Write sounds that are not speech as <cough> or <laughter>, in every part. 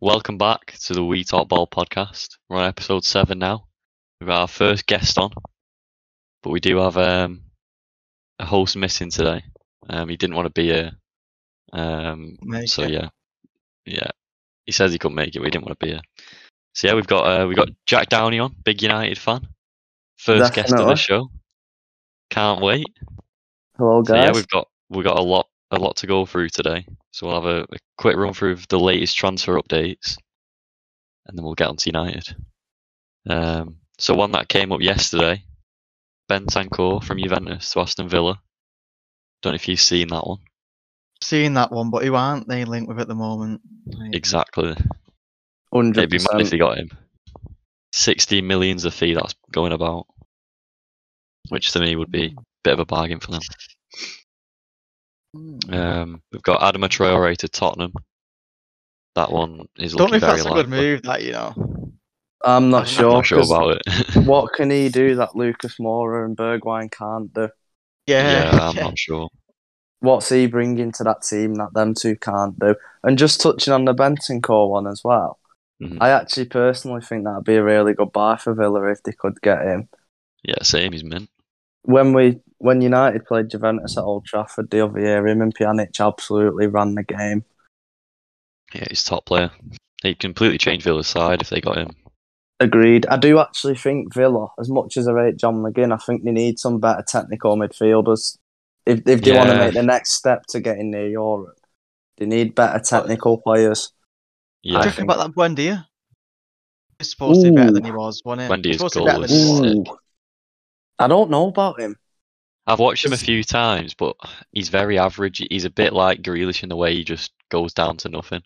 Welcome back to the We Talk Ball podcast. We're on episode seven now. We've got our first guest on, but we do have um, a host missing today. Um, he didn't want to be here. Um, Make so it. yeah, yeah. He says he couldn't make it. We didn't want to be here. So yeah, we've got uh, we got Jack Downey on, big United fan, first guest of the Definitely. show. Can't wait. Hello, So yeah, guys. we've got we've got a lot a lot to go through today. So we'll have a, a quick run through of the latest transfer updates, and then we'll get on to United. Um, so one that came up yesterday, Ben Tancor from Juventus to Aston Villa. Don't know if you've seen that one seen that one, but who aren't they linked with at the moment? Like, exactly. Hundred It'd be mad if percent. they got him. Sixteen million's the fee that's going about, which to me would be a bit of a bargain for them. hmm. Um, we've got Adama Traore to Tottenham. That one is Don't looking know if very that's a good likely. move, that you know. I'm I'm not I'm sure. not sure 'cause about it. <laughs> What can he do that Lucas Moura and Bergwijn can't do? <laughs> Yeah, yeah, I'm not sure. What's he bringing to that team that them two can't do? And just touching on the Bentoncourt one as well, Mhm. I actually personally think that'd be a really good buy for Villa if they could get him. Yeah, same. He's mint. When we when United played Juventus at Old Trafford the other year, him and Pjanic absolutely ran the game. Yeah, he's top player. He'd completely change Villa's side if they got him. Agreed. I do actually think Villa, as much as I rate John McGinn, I think they need some better technical midfielders. If if they want to Yeah. make the next step to getting near Europe, they need better technical players. What Yeah, do you I think about that Buendia? He's supposed to be better than he was, wasn't he? Buendia's supposed to be goal better than he was- was. Ooh. I don't know about him. I've watched him a few times, but he's very average. He's a bit like Grealish in the way he just goes down to nothing.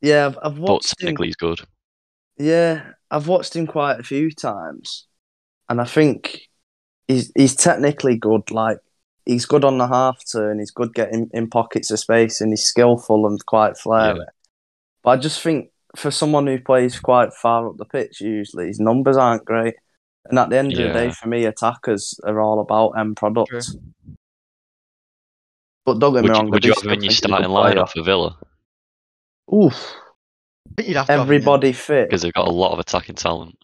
Yeah, I've, I've But watched him. technically, he's good. Yeah, I've watched him quite a few times, and I think he's he's technically good. Like he's good on the half turn. He's good getting in pockets of space, and he's skillful and quite flary. But I just think for someone who plays quite far up the pitch, usually his numbers aren't great. And at the end of the day, Yeah. for me, attackers are all about end product. True. But don't get Would me you, wrong, I would do you have still him in your think he's a good starting player. lineup for Villa? Oof, I think you'd have to have him, yeah. everybody fit. Because they've got a lot of attacking talent.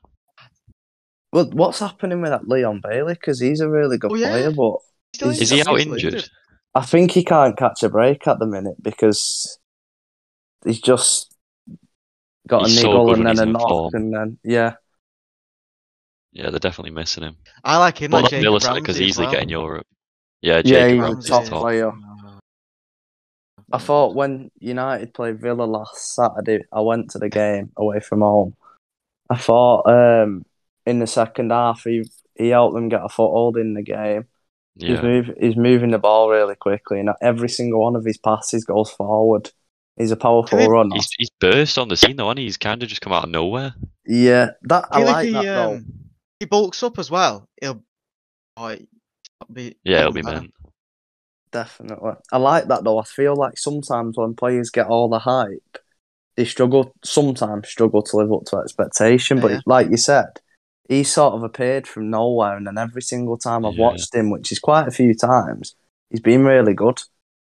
Well, what's happening with that Leon Bailey? Because he's a really good Oh, yeah. player, but Still Is Is he that's out easily injured? I think he can't catch a break at the minute because he's just got He's a so niggle good when and then he's a in knock form. and then yeah, Yeah, they're definitely missing him. I like him. Well, like not Villa Jacob side because Ramsey as easily well. getting Europe. Yeah, yeah, Jacob he's Ramsey's a top top. player. Uh, I thought when United played Villa last Saturday, I went to the game away from home. I thought um, in the second half he he helped them get a foothold in the game. He's, Yeah, move, he's moving the ball really quickly, and every single one of his passes goes forward. He's a powerful Can I- runner. he's, he's burst on the scene though, and he's kind of just come out of nowhere. Yeah, that I I feel like he, that though. um, he bulks up as well. He'll like, be, Yeah, it'll be matter. man. Definitely. I like that though. I feel like sometimes when players get all the hype, they struggle sometimes struggle to live up to expectation. But Yeah. like you said, he sort of appeared from nowhere and then every single time I've Yeah. watched him, which is quite a few times, he's been really good.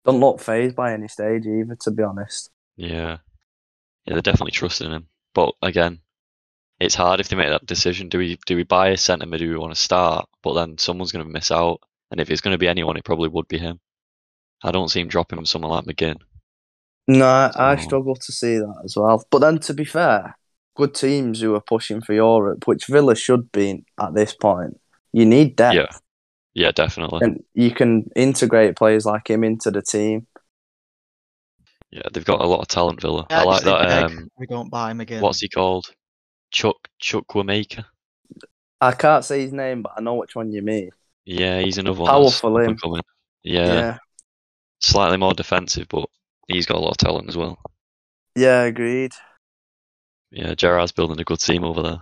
Don't look phased by any stage either, to be honest. Yeah. Yeah, they're definitely trusting him. But again, it's hard if they make that decision. Do we do we buy a centre mid who we want to start? But then someone's gonna miss out. And if it's gonna be anyone, it probably would be him. I don't see him dropping someone like McGinn. No, I, I So- struggle to see that as well. But then to be fair, good teams who are pushing for Europe, which Villa should be at this point, you need depth. Yeah. Yeah, definitely. and you can integrate players like him into the team. Yeah, they've got a lot of talent Villa. Yeah, I like just think that Egg, um we don't buy him again. what's he called? Chuck Chuck Wamaker. I can't say his name, but I know which one you mean. Yeah, he's another one. that's Powerful, up him. and coming. Yeah, yeah, Slightly more defensive, but he's got a lot of talent as well. Yeah, agreed, Yeah, Gerard's building a good team over there.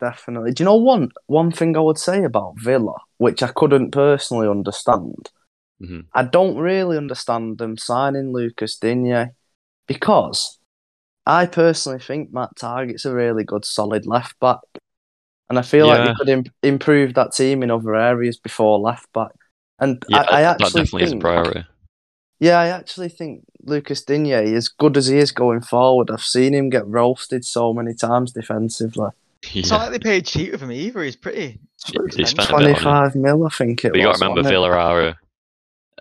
definitely. Do you know one one thing I would say about Villa, which I couldn't personally understand? Mhm. I don't really understand them signing Lucas Digne because I personally think Matt Target's a really good, solid left back, and I feel like Yeah. they could im- improve that team in other areas before left back. And Yeah, I, I that actually definitely is a think priority. <laughs> Yeah, I actually think Lucas Digne, as good as he is going forward, I've seen him get roasted so many times defensively. It's Yeah. not like they paid cheap for him either. He's pretty. They pretty spent a bit on him. Twenty-five mil, I think it But you was. got to remember, wasn't it? Villa are a,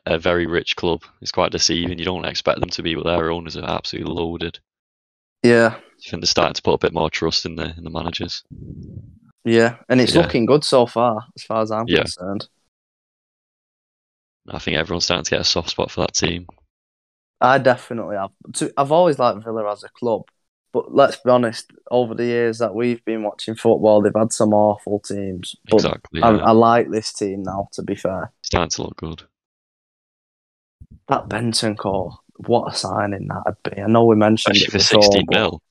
a very rich club. It's quite deceiving. You don't expect them to be, but their owners are absolutely loaded. Yeah, I think they're starting to put a bit more trust in the in the managers. yeah, and it's Yeah. looking good so far, as far as I'm Yeah. concerned. I think everyone's starting to get a soft spot for that team. I definitely have. To, I've always liked Villa as a club, but let's be honest. Over the years that we've been watching football, they've had some awful teams. But Exactly. I, yeah. I like this team now. To be fair, starting to look good. that Benton call, what a signing that'd be. I know we mentioned Especially it for before, 16 but mil.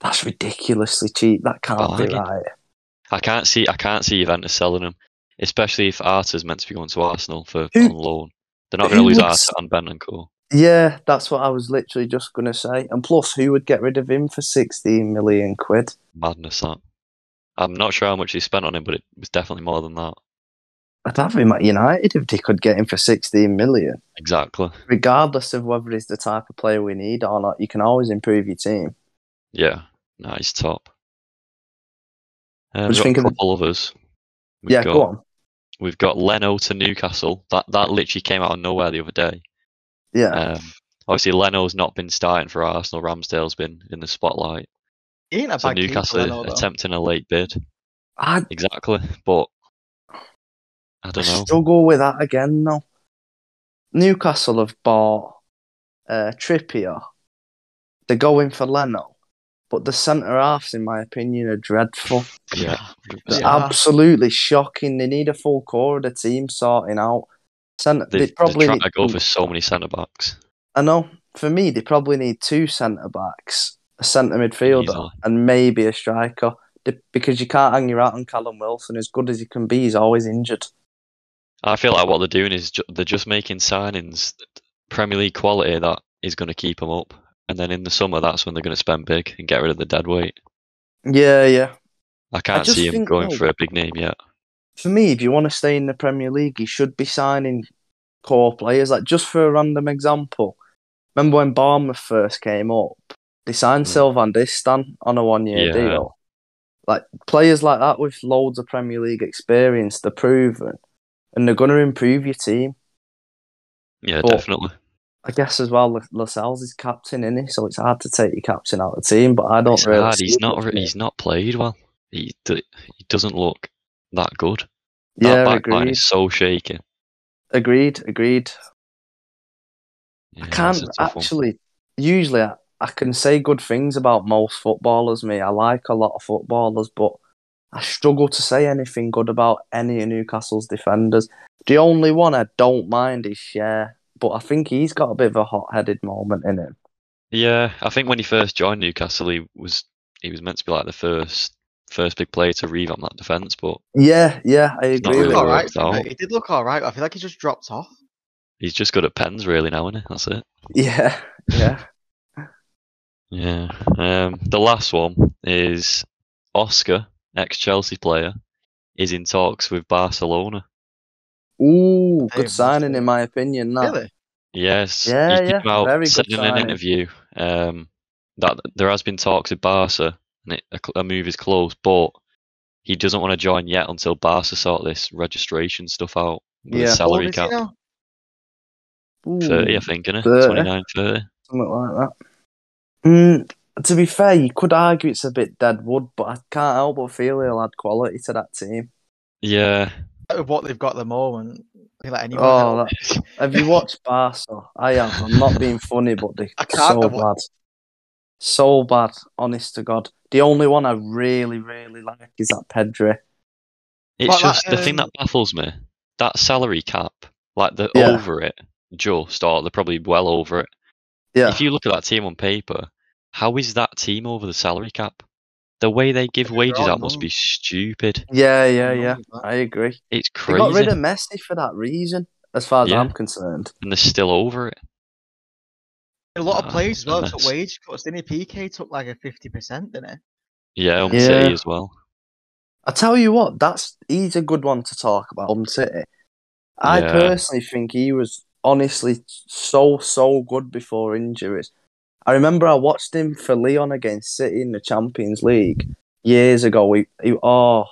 that's ridiculously cheap. That can't be Bargain. right. I can't see I can't see Juventus selling him, especially if Arta's meant to be going to Arsenal for Who- on loan. They're not who going to lose would Arta s- and Ben and Cole. Yeah, that's what I was literally just going to say. And plus, who would get rid of him for 16 million quid? Madness that. I'm not sure how much he spent on him, but it was definitely more than that. I'd have him at United if they could get him for 16 million. Exactly. Regardless of whether he's the type of player we need or not, you can always improve your team. Yeah. No, he's top. Um, Just we've think got of a the- couple of us. We've yeah, got, go on. We've got Leno to Newcastle. That that literally came out of nowhere the other day. Yeah. Um, obviously, Leno's not been starting for Arsenal. Ramsdale's been in the spotlight. He ain't a So bad keeper, Newcastle I know, are though. attempting a late bid. I Exactly, but I don't know. struggle with that again, though. Newcastle have bought uh, Trippier. They're going for Leno. But the centre halves, in my opinion, are dreadful. <laughs> Yeah, They're Yeah. absolutely shocking. They need a full core of the team sorting out. Centre, they, they they probably trying to go need- for so many centre backs. I know. For me, they probably need two centre backs, a centre midfielder, Easily. and maybe a striker. They- Because you can't hang your out on Callum Wilson. As good as he can be, he's always injured. I feel like what they're doing is ju- they're just making signings that- Premier League quality that is going to keep them up, and then in the summer that's when they're going to spend big and get rid of the dead weight. Yeah, yeah. I can't just see him think, going though- for a big name yet. For me, if you want to stay in the Premier League, you should be signing core players. Like just for a random example, remember when Bournemouth first came up? They signed Mm. Sylvan Distan on a one-year Yeah. deal. Like players like that with loads of Premier League experience, they're proven, and they're going to improve your team. Yeah, But- definitely. I guess as well, Lo- Lascelles is captain, is he? So it's hard to take your captain out of the team. But I don't It's really. hard. see He's not. it. re- He's not played well. He d- he doesn't look that good. that yeah, back line agreed, is so shaky. agreed, agreed. Yeah, I it's can't a tough one. actually. Usually, I, I can say good things about most footballers. Me, I like a lot of footballers, but I struggle to say anything good about any of Newcastle's defenders. The only one I don't mind is Share, but I think he's got a bit of a hot-headed moment in him. Yeah, I think when he first joined Newcastle, he was he was meant to be like the first first big player to revamp that defense, but Yeah, yeah, I It's not agree. He really looked with you. worked alright. out. He did look alright. I feel like he just dropped off. he's just good at pens really now, isn't he? That's it. <laughs> Yeah, yeah. Yeah. Um, the last one is Oscar, ex Chelsea player, is in talks with Barcelona. Ooh, Hey, good signing Russell. in my opinion. That. Really? Yes. Yeah, he yeah, came out very good said in an signing. interview um, that there has been talks with Barca and it, a, cl- a move is close, but he doesn't want to join yet until Barca sort this registration stuff out with Yeah. the How old salary is he cap. now? Ooh, 30, I think, innit? 30. 29, 30. something like that. Mm, to be fair, you could argue it's a bit dead wood, but I can't help but feel he'll add quality to that team. Yeah. With what they've got at the moment, I feel like anyone Oh, else- that, have you watched Barca? I have. I'm not being funny, but they're I can't so have wa- bad. So bad, honest to God. The only one I really, really like is that Pedri. It's Like that, just the thing um, that baffles me. That salary cap, like they're Yeah. over it, just, or they're probably well over it. Yeah. If you look at that team on paper, how is that team over the salary cap? The way they give They're wages all out must wrong. be stupid. yeah, <laughs> yeah, Wrong yeah. with that. I agree. It's They got rid crazy, of Messi for that reason, as far as Yeah. I'm concerned. and they're still over it. A lot Nah, of players as well Ah, that's- took wage cuts. Didn't he? PK took like a fifty percent, didn't he? Yeah, on Yeah. City as well. I tell you what, that's he's a good one to talk about. Um, City. I Yeah. personally think he was honestly so so good before injuries. I remember I watched him for Leon against City in the Champions League years ago. He, he oh,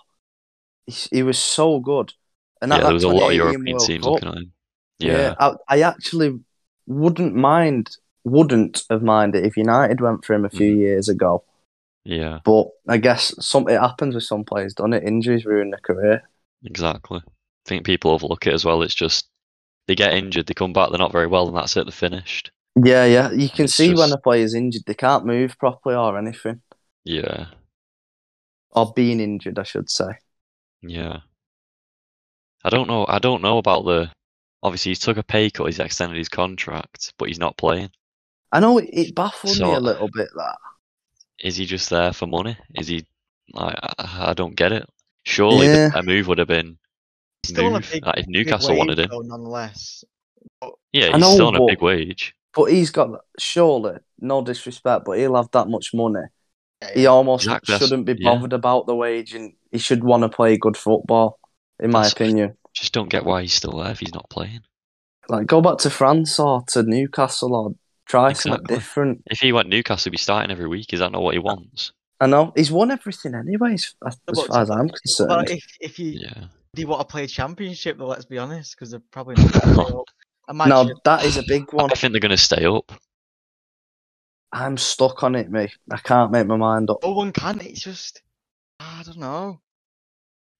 he, he was so good. And at yeah, that there was a lot of 2018 European World teams Cup, looking at him. Yeah, I, I actually wouldn't mind wouldn't have minded if United went for him a Mm. few years ago. yeah, But I guess some it happens with some players, doesn't it? Injuries ruin their career. exactly. I think people overlook it as well. It's just they get injured, they come back, they're not very well, and that's it. They're finished. Yeah, yeah. You can It's see when just- a player's injured, they can't move properly or anything. Yeah, Or being injured, I should say. yeah. I don't know. I don't know about the. Obviously, he's took a pay cut. He's extended his contract, but he's not playing. I know it, it baffled me So- a little bit that. Is he just there for money? Is he? Like, I, I don't get it. Surely the- Yeah. a move would have been Still a move. big- like, if Big Newcastle wage, wanted him, though, nonetheless. yeah, I he's know, still on a but- big wage. But he's got surely no disrespect, but he'll have that much money. Yeah, He almost Exactly, that's- shouldn't be yeah. bothered about the wage, and he should want to play good football, in my That's- opinion. Just don't get why he's still there if he's not playing. Like go back to France or to Newcastle or try something Exactly. different. If he went Newcastle, he'd be starting every week. Is that not what he wants? I know he's won everything anyways, as, as But- far as I'm Well, concerned. if if you Yeah. do want to play championship, though, let's be honest, because they're probably <laughs> not. Now Imagine that is a big one. I think they're going to stay up. I'm stuck on it, mate. I can't make my mind up. no one can. It's just I don't know.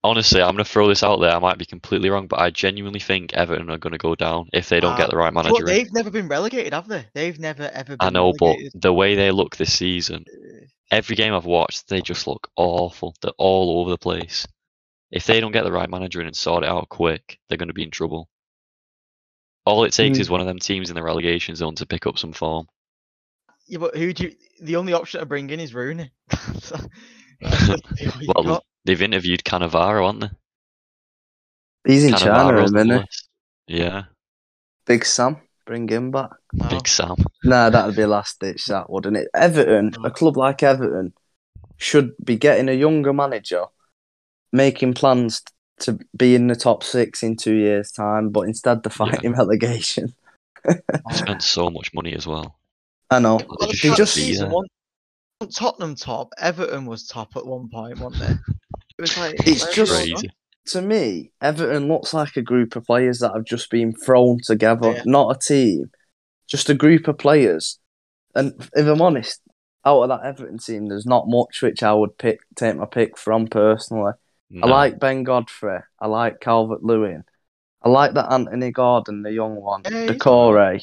Honestly, I'm going to throw this out there. I might be completely wrong, but I genuinely think Everton are going to go down if they don't Ah, Uh, get the right But manager. in. they've never been relegated, have they? They've never ever. been I know, but relegated. the way they look this season, every game I've watched, they just look awful. They're all over the place. If they don't get the right manager in and sort it out quick, they're going to be in trouble. All it takes Hmm. is one of them teams in the relegation zone to pick up some form. Yeah, but who do you, the only option to bring in is Rooney. <laughs> <laughs> So, that's who you Well, got. They've interviewed Cannavaro, haven't they? He's in China, Cannavaro's on the isn't he? list. Yeah, Big Sam, bring him back. No. Big Sam. No, that'd be last ditch, that wouldn't it? Everton, a club like Everton, should be getting a younger manager, making plans to be in the top six in two years' time, but instead they're fighting relegation. They spent so much money as well. I know. Well, they Well, the should top just- uh, season, yeah. one, Tottenham top, Everton was top at one point, wasn't it? It was like <laughs> It's where's just- going on? Crazy. To me, Everton looks like a group of players that have just been thrown together, Yeah. not a team, just a group of players. And if I'm honest, out of that Everton team, there's not much which I would pick, take my pick from personally. I No, like Ben Godfrey. I like Calvert Lewin. I like that Anthony Gordon, the young one, Yeah, he's Decore,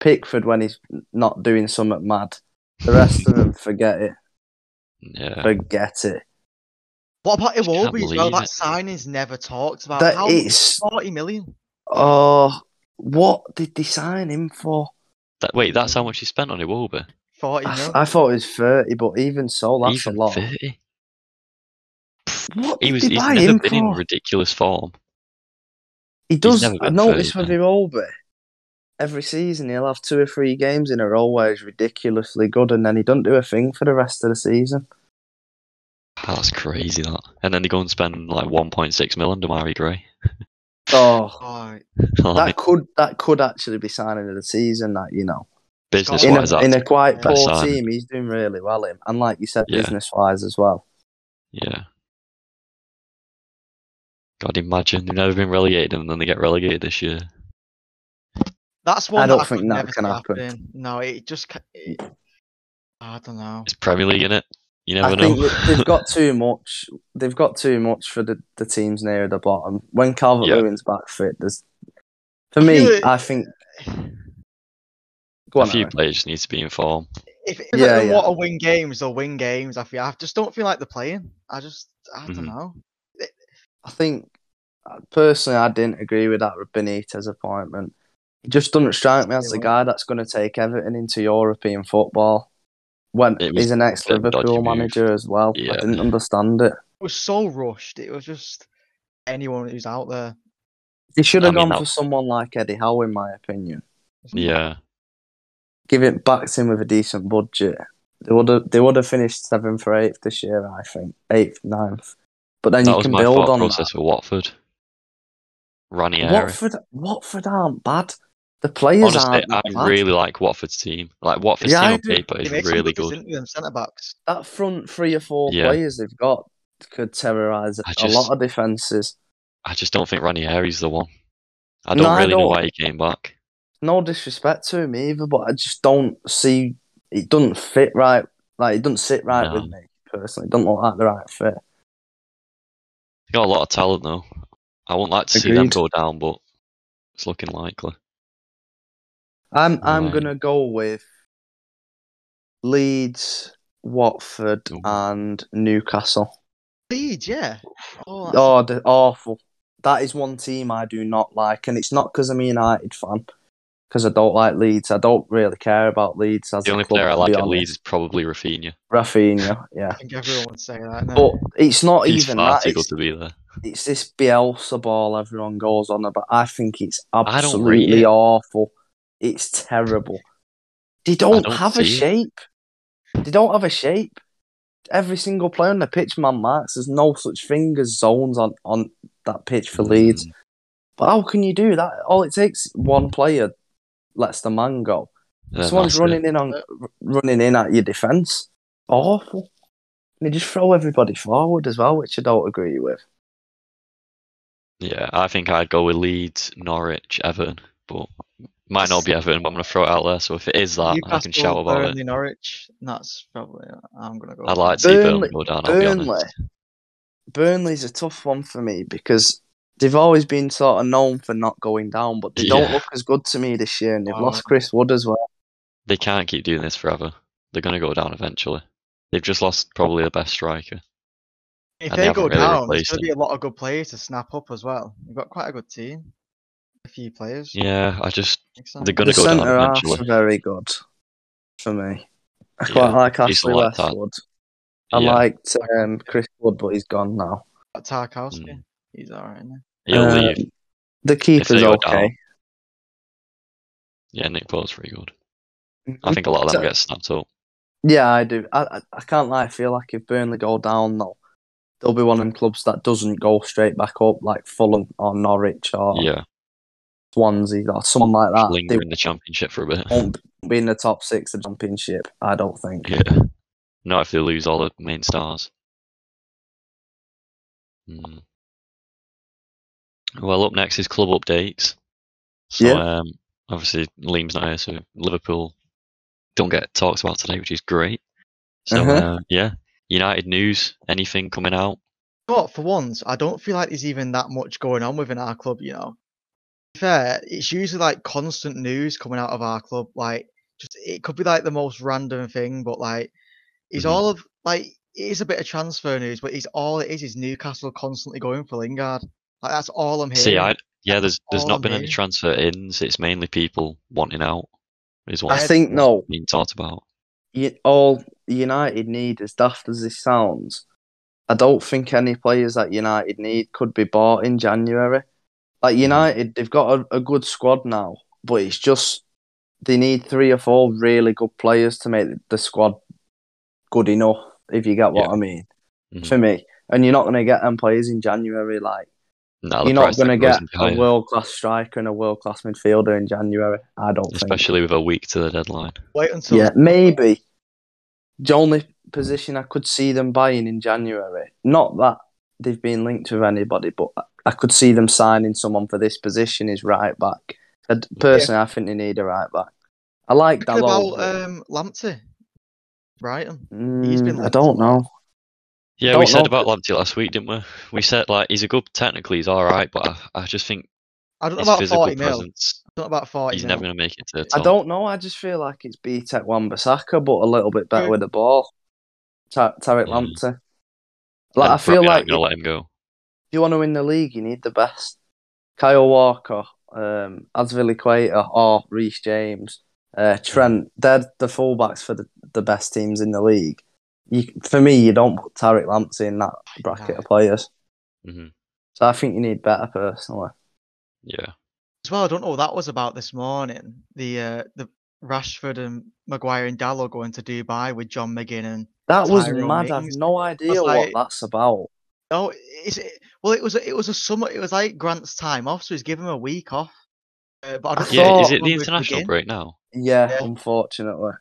Pickford when he's not doing something mad. The rest of them, forget it. Yeah. Forget it. What about Just can't Iwobi as well? believe That it. signing's never talked about. That Uh, How is. forty million? Oh, what did they sign him for? That, wait, that's how much he spent on Iwobi? Forty I, million. I thought it was 30, but even so, that's Even a lot. 30? What He did was, they he's buy never him been in for? ridiculous form. He does. never I been notice thirty, with Iwobi, every season he'll have two or three games in a row where he's ridiculously good, and then he doesn't do a thing for the rest of the season. Ah, That's crazy, that. And then they go and spend like 1.6 mil on Damari Gray. <laughs> Oh, Oh, like, that could that could actually be signing of the season. That you know, business in a, wise, that's. in a quite best poor signing. team, he's doing really well. Him and like you said, Yeah. business wise as well. yeah. God, imagine. They've never been relegated and then they get relegated this year. that's one. I don't that think could that never can see happen. happening. No, it just. ca- It, I don't know. It's Premier League, innit? You never I know. think that they've got too much. They've got too much for the, the teams near the bottom. When Calvert Lewin's back fit, there's for I me. feel it- I think. Go <laughs> on, a few Aaron. players just need to be in form. If, if Yeah, they yeah. want to win games, they'll win games. I feel. I just don't feel like they're playing. I just. I don't Mhm. know. I think uh, personally, I didn't agree with that Benitez appointment. It just doesn't strike me as the guy that's going to take Everton into European football. When It was he's an ex a bit of a dodgy Liverpool move. manager as well, Yeah. I didn't understand it. It was so rushed. It was just anyone who's out there. They should I have mean, gone that- for someone like Eddie Howe, in my opinion. Yeah. Give it back to him with a decent budget. They would have they would have finished seventh or eighth this year, I think, eighth, ninth. But then That you was can my build thought on process for Watford. Ranieri. that. Watford, Watford aren't bad. The players Honestly, aren't I that bad. really like Watford's team. Like Watford's Yeah, team I on do. paper It is makes them really look good. decent with them centre backs. that front three or four Yeah. players they've got could terrorize I a lot just- of defenses. I just don't think Ranieri's the one. I don't No, I really know don't. why he came back. No disrespect to him either, but I just don't see it doesn't fit right. Like it doesn't sit right No. with me personally. It doesn't look like the right fit. He got a lot of talent though. I wouldn't like to see them Agreed. go down, but it's looking likely. I'm I'm Right. gonna go with Leeds, Watford, Ooh. and Newcastle. Leeds, yeah. Oh, that's- Oh, they're awful. That is one team I do not like, and it's not because I'm a United fan. Because I don't like Leeds, I don't really care about Leeds. As The a only club, player I to like be at honest. Leeds is probably Rafinha. Rafinha, yeah. I think everyone would say that. now. But it's not He's even far that. too good It's, to be there. it's this Bielsa ball everyone goes on about. I think it's don't rate absolutely it. awful. It's terrible. They don't, don't have see a it. shape. They don't have a shape. Every single player on the pitch, man, marks. There's no such thing as zones on, on that pitch for Leeds. Mm. But how can you do that? All it takes one player lets the man go. Yeah, Someone's that's it. running in on r- running in at your defence. Awful. And they just throw everybody forward as well, which I don't agree with. Yeah, I think I'd go with Leeds, Norwich, Everton, but might not be Everton. But I'm gonna throw it out there. So if it is that, I can shout about it. Burnley, Norwich. That's probably. I'm gonna go. I'd like to see Burnley Burnley- go down. I'll be Burnley. honest. Burnley's a tough one for me because they've always been sort of known for not going down, but they don't Yeah. look as good to me this year, and they've Oh. lost Chris Wood as well. They can't keep doing this forever. They're gonna go down eventually. They've just lost probably the best striker. and If they they haven't go really down, there's replaced gonna them. be a lot of good players to snap up as well. You've got quite a good team. A few players. Yeah, I just think so. they're gonna the go down centre halves eventually. are very good for me. I Yeah, quite like he's Ashley like that. Westwood. I yeah, liked um, Chris Wood, but he's gone now. Got Tarkowski. Mm. He's alright now. he'll Um, leave. The they keeper's go okay. Yeah, Nick Pope's pretty good. I think a lot of So- them get snapped up. Yeah, I do. I, I, I can't lie. I feel like if Burnley go down, though, they'll be one of them clubs that doesn't go straight back up, like Fulham or Norwich or Yeah, Swansea or someone like that. linger Ah, They in the championship for a bit. won't be in the top six of the championship, I don't think. <laughs> Yeah, not if they lose all the main stars. Hmm. Well, up next is club updates. So, Yeah. um, obviously Liam's not here, so Liverpool don't get talked about today, which is great. So, Uh-huh. uh, yeah, United news, anything coming out? You know what? For once, I don't feel like there's even that much going on within our club. You know, To be fair, it's usually like constant news coming out of our club. Like, just it could be like the most random thing, but like, it's Mhm. all of like it is a bit of transfer news, but it's all it is is Newcastle constantly going for Lingard. Like that's all I'm hearing. See, I yeah, there's there's all not I'm been any hearing. transfer ins. It's mainly people wanting out. Is I what's think, no, being talked about. you, all United need, as daft as this sounds, I don't think any players that United need could be bought in January. Like United, they've got a, a good squad now, but it's just they need three or four really good players to make the squad good enough. If you get what I mean, Mhm. for me, and you're not going to get them players in January. Like No, the you're not price tag going to get wasn't a higher, world class striker and a world class midfielder in January. I don't think. especially with a week to the deadline. Wait until yeah, maybe. The only position I could see them buying in January, not that they've been linked with anybody, but I- I could see them signing someone for this position is right back. And personally, I think they need a right back. I like Thinking that. uh about um, Lamptey, Brighton. uh, he's been mm, I linked. don't know. Yeah, Don't we said know. about Lamptey last week, didn't we? We said like he's a good technically, he's all right, but I, I just think I don't know his about physical forty mil. presence, Not about forty. he's mil. never going to make it to the top. I don't know. I just feel like it's BTEC Wan-Bissaka, but a little bit better Yeah. with the ball. Ta- Tarek Yeah. Lamptey. Like And I feel probably not like gonna let him go. if you want to win the league, you need the best. Kyle Walker, um, Asville Equator, or Reece James, uh, Trent. They're the fullbacks for the, the best teams in the league. You, for me, you don't put Tarek Lamptey in that bracket of players. hmm So I think you need better personally. Yeah, as well. I don't know what that was about this morning. The uh, the Rashford and Maguire and Dallo going to Dubai with John McGinn and That was Tyrone mad. I've Mings. no idea what like- that's about. oh, is it? Well, it was a- it was a summer. It was like Grant's time off, so he's given him a week off. Uh, but I just Yeah, thought is it when the we international begin, break now? Yeah, Yeah. unfortunately.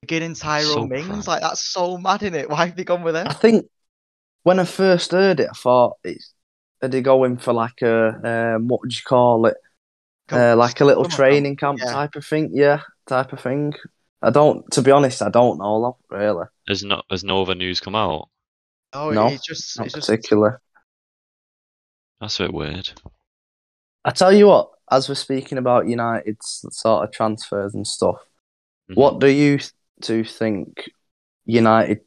Beginning Tyrone So Mings, crap. like that's so mad in it. <laughs> Why have they gone with him? I think when I first heard it, I thought it's are they going for like a um, what would you call it? Uh, like a little Come on, training camp Yeah. type of thing. Yeah, type of thing. I don't. To be honest, I don't know though, really. Has no has no other news come out? No, No, it's just Not it's just particular. That's a bit weird. I tell you what. As we're speaking about United's sort of transfers and stuff, Mhm. Mm-hmm. what do you th- two think United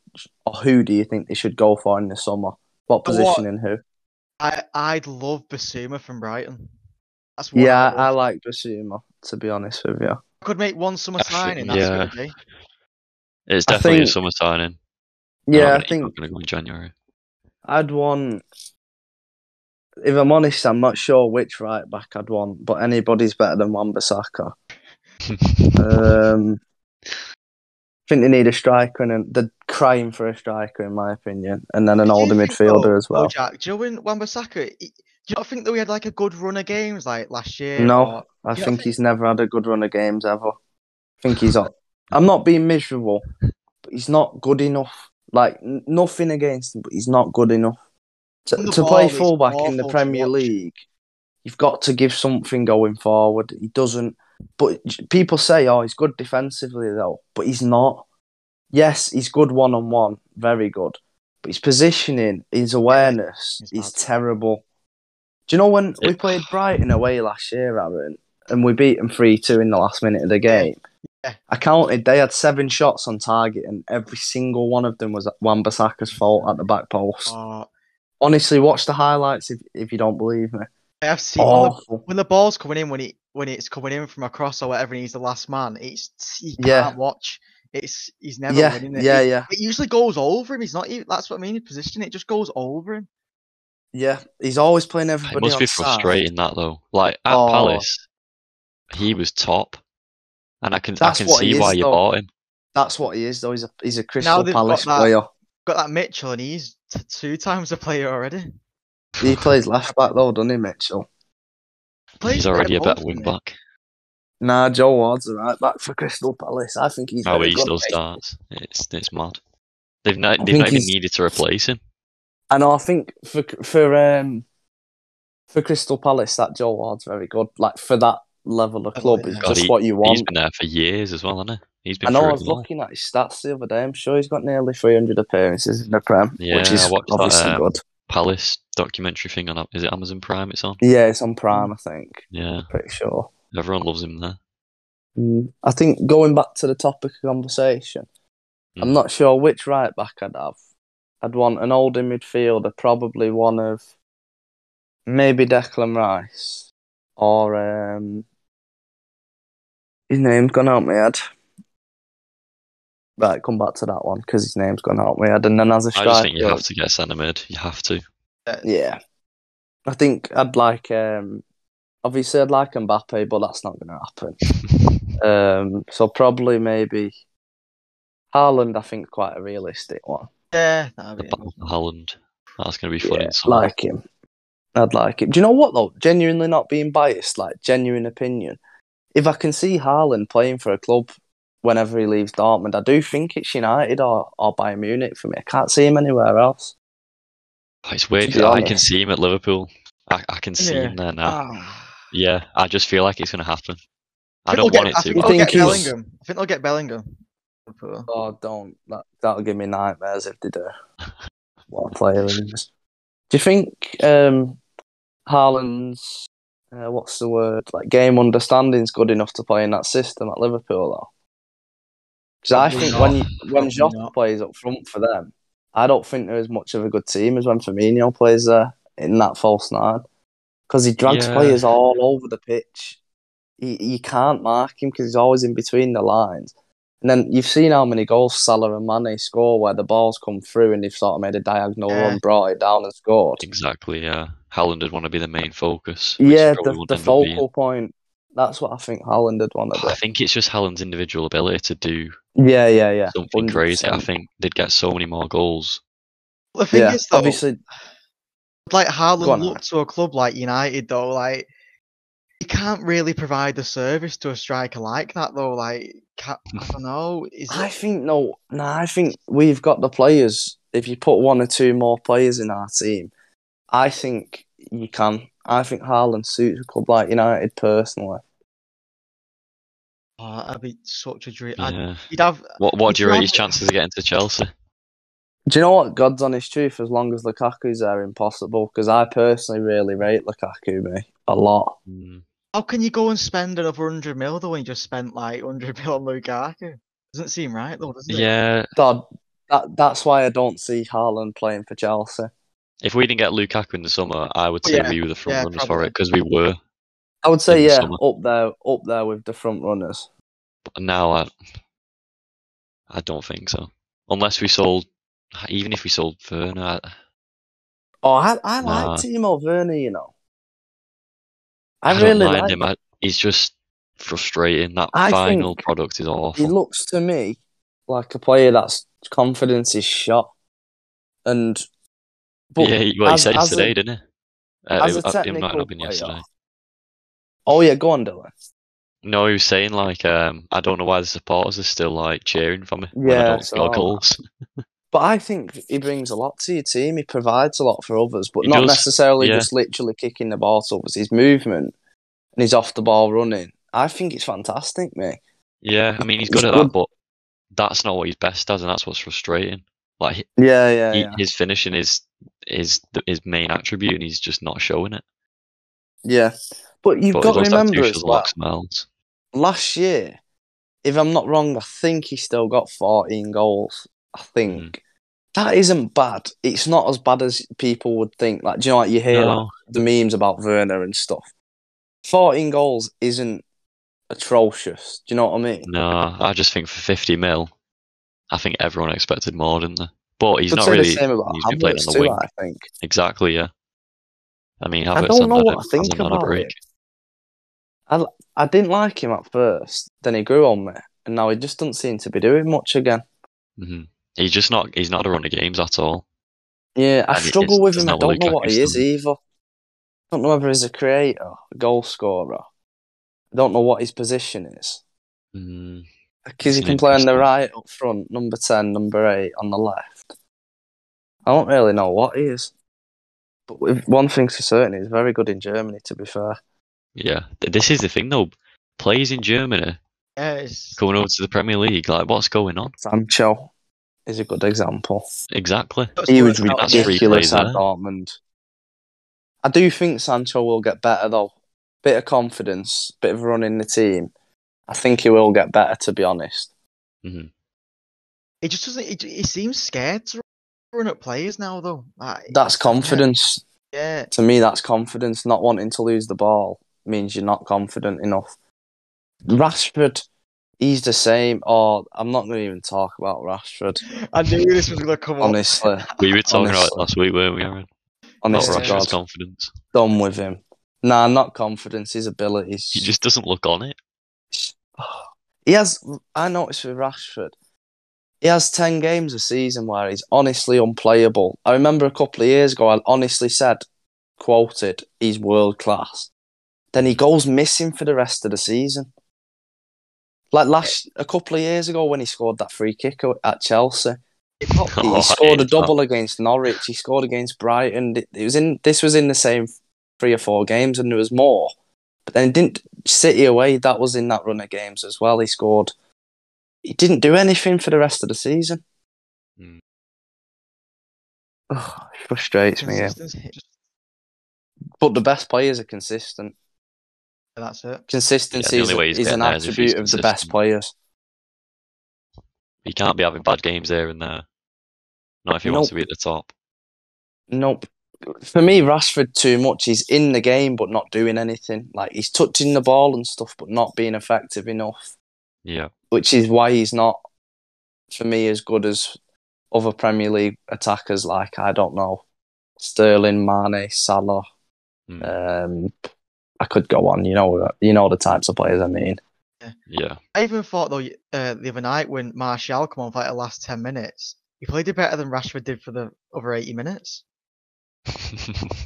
or who do you think they should go for in the summer? What What? position and who? I I'd love Basuma from Brighton. That's what Yeah, I, I would. like Basuma, to be honest with you. I could make one summer Actually, signing. That's yeah. what it'd be. It's I definitely think- a summer signing. They're Yeah, not I gonna- he's think not going to go in January. I'd want. If I'm honest, I'm not sure which right back I'd want, but anybody's better than Wan Bissaka. Um, I think they need a striker, and a- they're crying for a striker, in my opinion, and then an Do you older think, midfielder though- as though, well. Jack, do you know when Wan-Bissaka? he- Do you not think that we had like a good run of games like last year? No. or- I Yeah, I think think- he's never had a good run of games ever. I think he's on. I'm not being miserable, but he's not good enough. Like n- nothing against him, but he's not good enough to, On the to ball, play he's fullback in the awful to Premier watch. League. You've got to give something going forward. He doesn't. But j- people say, "Oh, he's good defensively, though," but he's not. Yes, he's good one on one, very good. But his positioning, his awareness He's is bad. terrible. Do you know when we Yeah. played Brighton away last year, Aaron, and we beat them 3 2 in the last minute of the game? Yeah. I counted, they had seven shots on target, and every single one of them was Wan Bissaka's fault at the back post. or- Honestly, watch the highlights if, if you don't believe me. Oh, I've seen when the- Awful. when the ball's coming in when it when it's coming in from across or whatever, and he's the last man. It's he can't Yeah. watch. It's he's never Yeah, winning it. yeah, It- yeah. It usually goes over him. He's not even. That's what I mean. His position. It just goes over him. Yeah, he's always playing everybody it must on be side. frustrating that though. Like at Oh. Palace, he was top, and I can That's I can what he see is, why you though. bought him. That's what he is, though. He's a, he's a Crystal they've Palace got that- player. Got that Mitchell, and he's t- two times a player already. He plays left back, though, doesn't he, Mitchell? He's Plays better already a better both, wing doesn't he? back. Nah, Joe Ward's a right back for Crystal Palace. I think he's Oh, but very he good, still mate. starts. It's it's mad. They've not I they've think not even he's- needed to replace him. And I think for for um for Crystal Palace, that Joe Ward's very good. Like for that level of club, it's God, just he- what you He's want. been there for years as well, hasn't he? He's been. I know. through I it was all. looking at his stats the other day. I'm sure he's got nearly 300 appearances in the Prem, which Yeah, I is watched that, obviously um, good. Palace documentary thing on is it Amazon Prime? It's on. Yeah, it's on Prime, I think. Yeah, Pretty sure. everyone loves him there. Mm. I think going back to the topic of conversation, I'm Mm. not sure which right back I'd have. I'd want an older midfielder, probably one of maybe Declan Rice or um, his name's gone out my head. Right, come back to that one because his name's gone out my head. And then as a I striker, just think you have to get centre mid. You have to. yeah, I think I'd like. Um, obviously, I'd like Mbappe, but that's not going to happen. Um, so probably maybe Haaland, I think, is quite a realistic one. Yeah, that'd the be battle for Holland. That's going to be fun. Yeah, in summer. like him. I'd like him. Do you know what though? Genuinely not being biased, like genuine opinion. If I can see Haaland playing for a club whenever he leaves Dortmund, I do think it's United or, or Bayern Munich for me. I can't see him anywhere else. It's weird be 'cause I can honest. see him at Liverpool. I, I can see Yeah. him there now. Ah. Yeah, I just feel like it's going to happen. I think don't they'll want get- I it to. think but they'll I get think will. he's- Bellingham. I think they'll get Bellingham. Liverpool. Oh, don't. That, that'll give me nightmares if <laughs> they do. What a player he is. Do you think um, Haaland's, uh, what's the word, like game understanding's good enough to play in that system at Liverpool though? Because I Probably think not. when you, when Probably Jota not. plays up front for them, I don't think they're as much of a good team as when Firmino plays there in that false nine. Because he drags Yeah. players all over the pitch. He, you can't mark him because he's always in between the lines. And then you've seen how many goals Salah and Mane score where the ball's come through and they've sort of made a diagonal Yeah. run, brought it down and scored. Exactly, yeah. Holland would want to be the main focus. which Yeah, probably the, won't the end up being. focal point. That's what I think Haaland had one of I think it's just Holland's individual ability to do Yeah, yeah, yeah. something crazy. I 100%. think they'd get so many more goals. The thing yeah, is, though, obviously, like Go on, Haaland Aaron. looked to a club like United, though, like you can't really provide the service to a striker like that though. Like, <laughs> can I don't know. Is I it, think no, nah. I think we've got the players. If you put one or two more players in our team, I think you can. I think Haaland suits a club like United personally. oh, that'd be such a dream. I'd- Yeah. You'd have What What do you If you rate his have- chances of getting to Chelsea? Do you know what? God's honest truth. As long as Lukaku's there, impossible. Because I personally really rate Lukaku, me a lot. Mm. How can you go and spend another 100 mil though when you just spent like 100 <laughs> mil on Lukaku? Doesn't seem right though, does it? Yeah, God, that that's why I don't see Haaland playing for Chelsea. if we didn't get Lukaku in the summer, I would say Yeah, we were the front yeah, runners for it because we were. I would say In the yeah, summer. up there, up there with the front runners. But now I, I don't think so. Unless we sold, even if we sold Werner, I, Oh, I, I Nah. like Timo Werner, you know. I, I, don't really mind like him. I, he's just frustrating. That I final product is He awful. looks to me like a player that's confidence is shot, and but yeah, he- well, as- he said it as a- today, didn't he? Uh, as it, a uh, it might technical not have been player- yesterday. oh yeah, go on, Dylan. No, he was saying like, um, I don't know why the supporters are still like cheering for me when I Yeah, don't so score I'm- goals. But I think he brings a lot to your team. He provides a lot for others, but He not does, necessarily yeah. just literally kicking the ball to others. His movement and his off the ball running. I think it's fantastic, mate. Yeah, I mean he's He's good at that, good. but that's not what he's best at, and that's what's frustrating. Like he, Yeah, yeah, yeah. his finishing is is th- his main attribute, and he's just not showing it. Yeah. But you've but got he to does have remember Tuchel's as well, luck smells. last year, if I'm not wrong, I think he still got 14 goals. I think. Hmm. That isn't bad. It's not as bad as people would think. Like, do you know what you hear? Like, No, the memes about Werner and stuff. 14 goals isn't atrocious. Do you know what I mean? no, I just think for fifty mil, I think everyone expected more, didn't they? But he's Could not say really the same about he's been playing Havertz on the too, wing. I think. exactly. Yeah, I mean I Havertz don't know hasn't what had I a- think hasn't had a about break. it. I didn't like him at first, then he grew on me, and now he just doesn't seem to be doing much again. Mhm. He's just not he's not a runner games at all. Yeah, I And it- struggle it's- with it's him. I not what don't know what Lukaku's he is done. either. I don't know whether he's a creator, a goal scorer. I don't know what his position is. Mm, Because he It's can an play on the interesting- right up front, number 10, number 8, on the left. I don't really know what he is. But if- one thing's for certain, he's very good in Germany, to be fair. yeah, Th- this is the thing though. Players in Germany Yeah, it's, coming over to the Premier League, like what's going on? Sancho is a good example. Exactly. He was That's three ridiculous plays at there. Dortmund. I do think Sancho will get better though. Bit of confidence, bit of run in the team. I think he will get better, to be honest. It just doesn't. It, it seems scared to run at players now though. Like, That's confidence. yeah, To me, that's confidence. Not wanting to lose the ball means you're not confident enough. Rashford, he's the same. Or I'm not going to even talk about Rashford. I knew this was gonna come on. Honestly, We were talking about it Honestly. last week, weren't we, Aaron? Not honest Yeah. to God, Rashford's confidence. done with him. Nah, not confidence. His abilities. He just doesn't look on it. He has. I noticed with Rashford, he has ten games a season where he's honestly unplayable. I remember a couple of years ago, I honestly said, quoted, he's world class. Then he goes missing for the rest of the season. Like last a couple of years ago when he scored that free kick at Chelsea, he Oh, I scored a hated that. double against Norwich. He scored against Brighton. It it was in this was in the same three or four games, and there was more. But then he didn't City away. That was in that run of games as well. He scored. He didn't do anything for the rest of the season. Hmm. Ugh, it frustrates me. yeah. Consistency, just- But the best players are consistent. That's it. Consistency Yeah, the is, only way he's is an getting there is if attribute he's of the best consistent. players. He can't be having bad games here and there. Not if he wants to be at the top. Nope. For me, Rashford too much. He's in the game but not doing anything. Like he's touching the ball and stuff, but not being effective enough. Yeah. which is why he's not for me as good as other Premier League attackers like I don't know Sterling, Mane, Salah. Mm. Um, I could go on. You know, you know the types of players I mean. Yeah. <laughs> I even thought though y- uh, the other night when Martial come on for like the last ten minutes, he played it better than Rashford did for the other eighty minutes.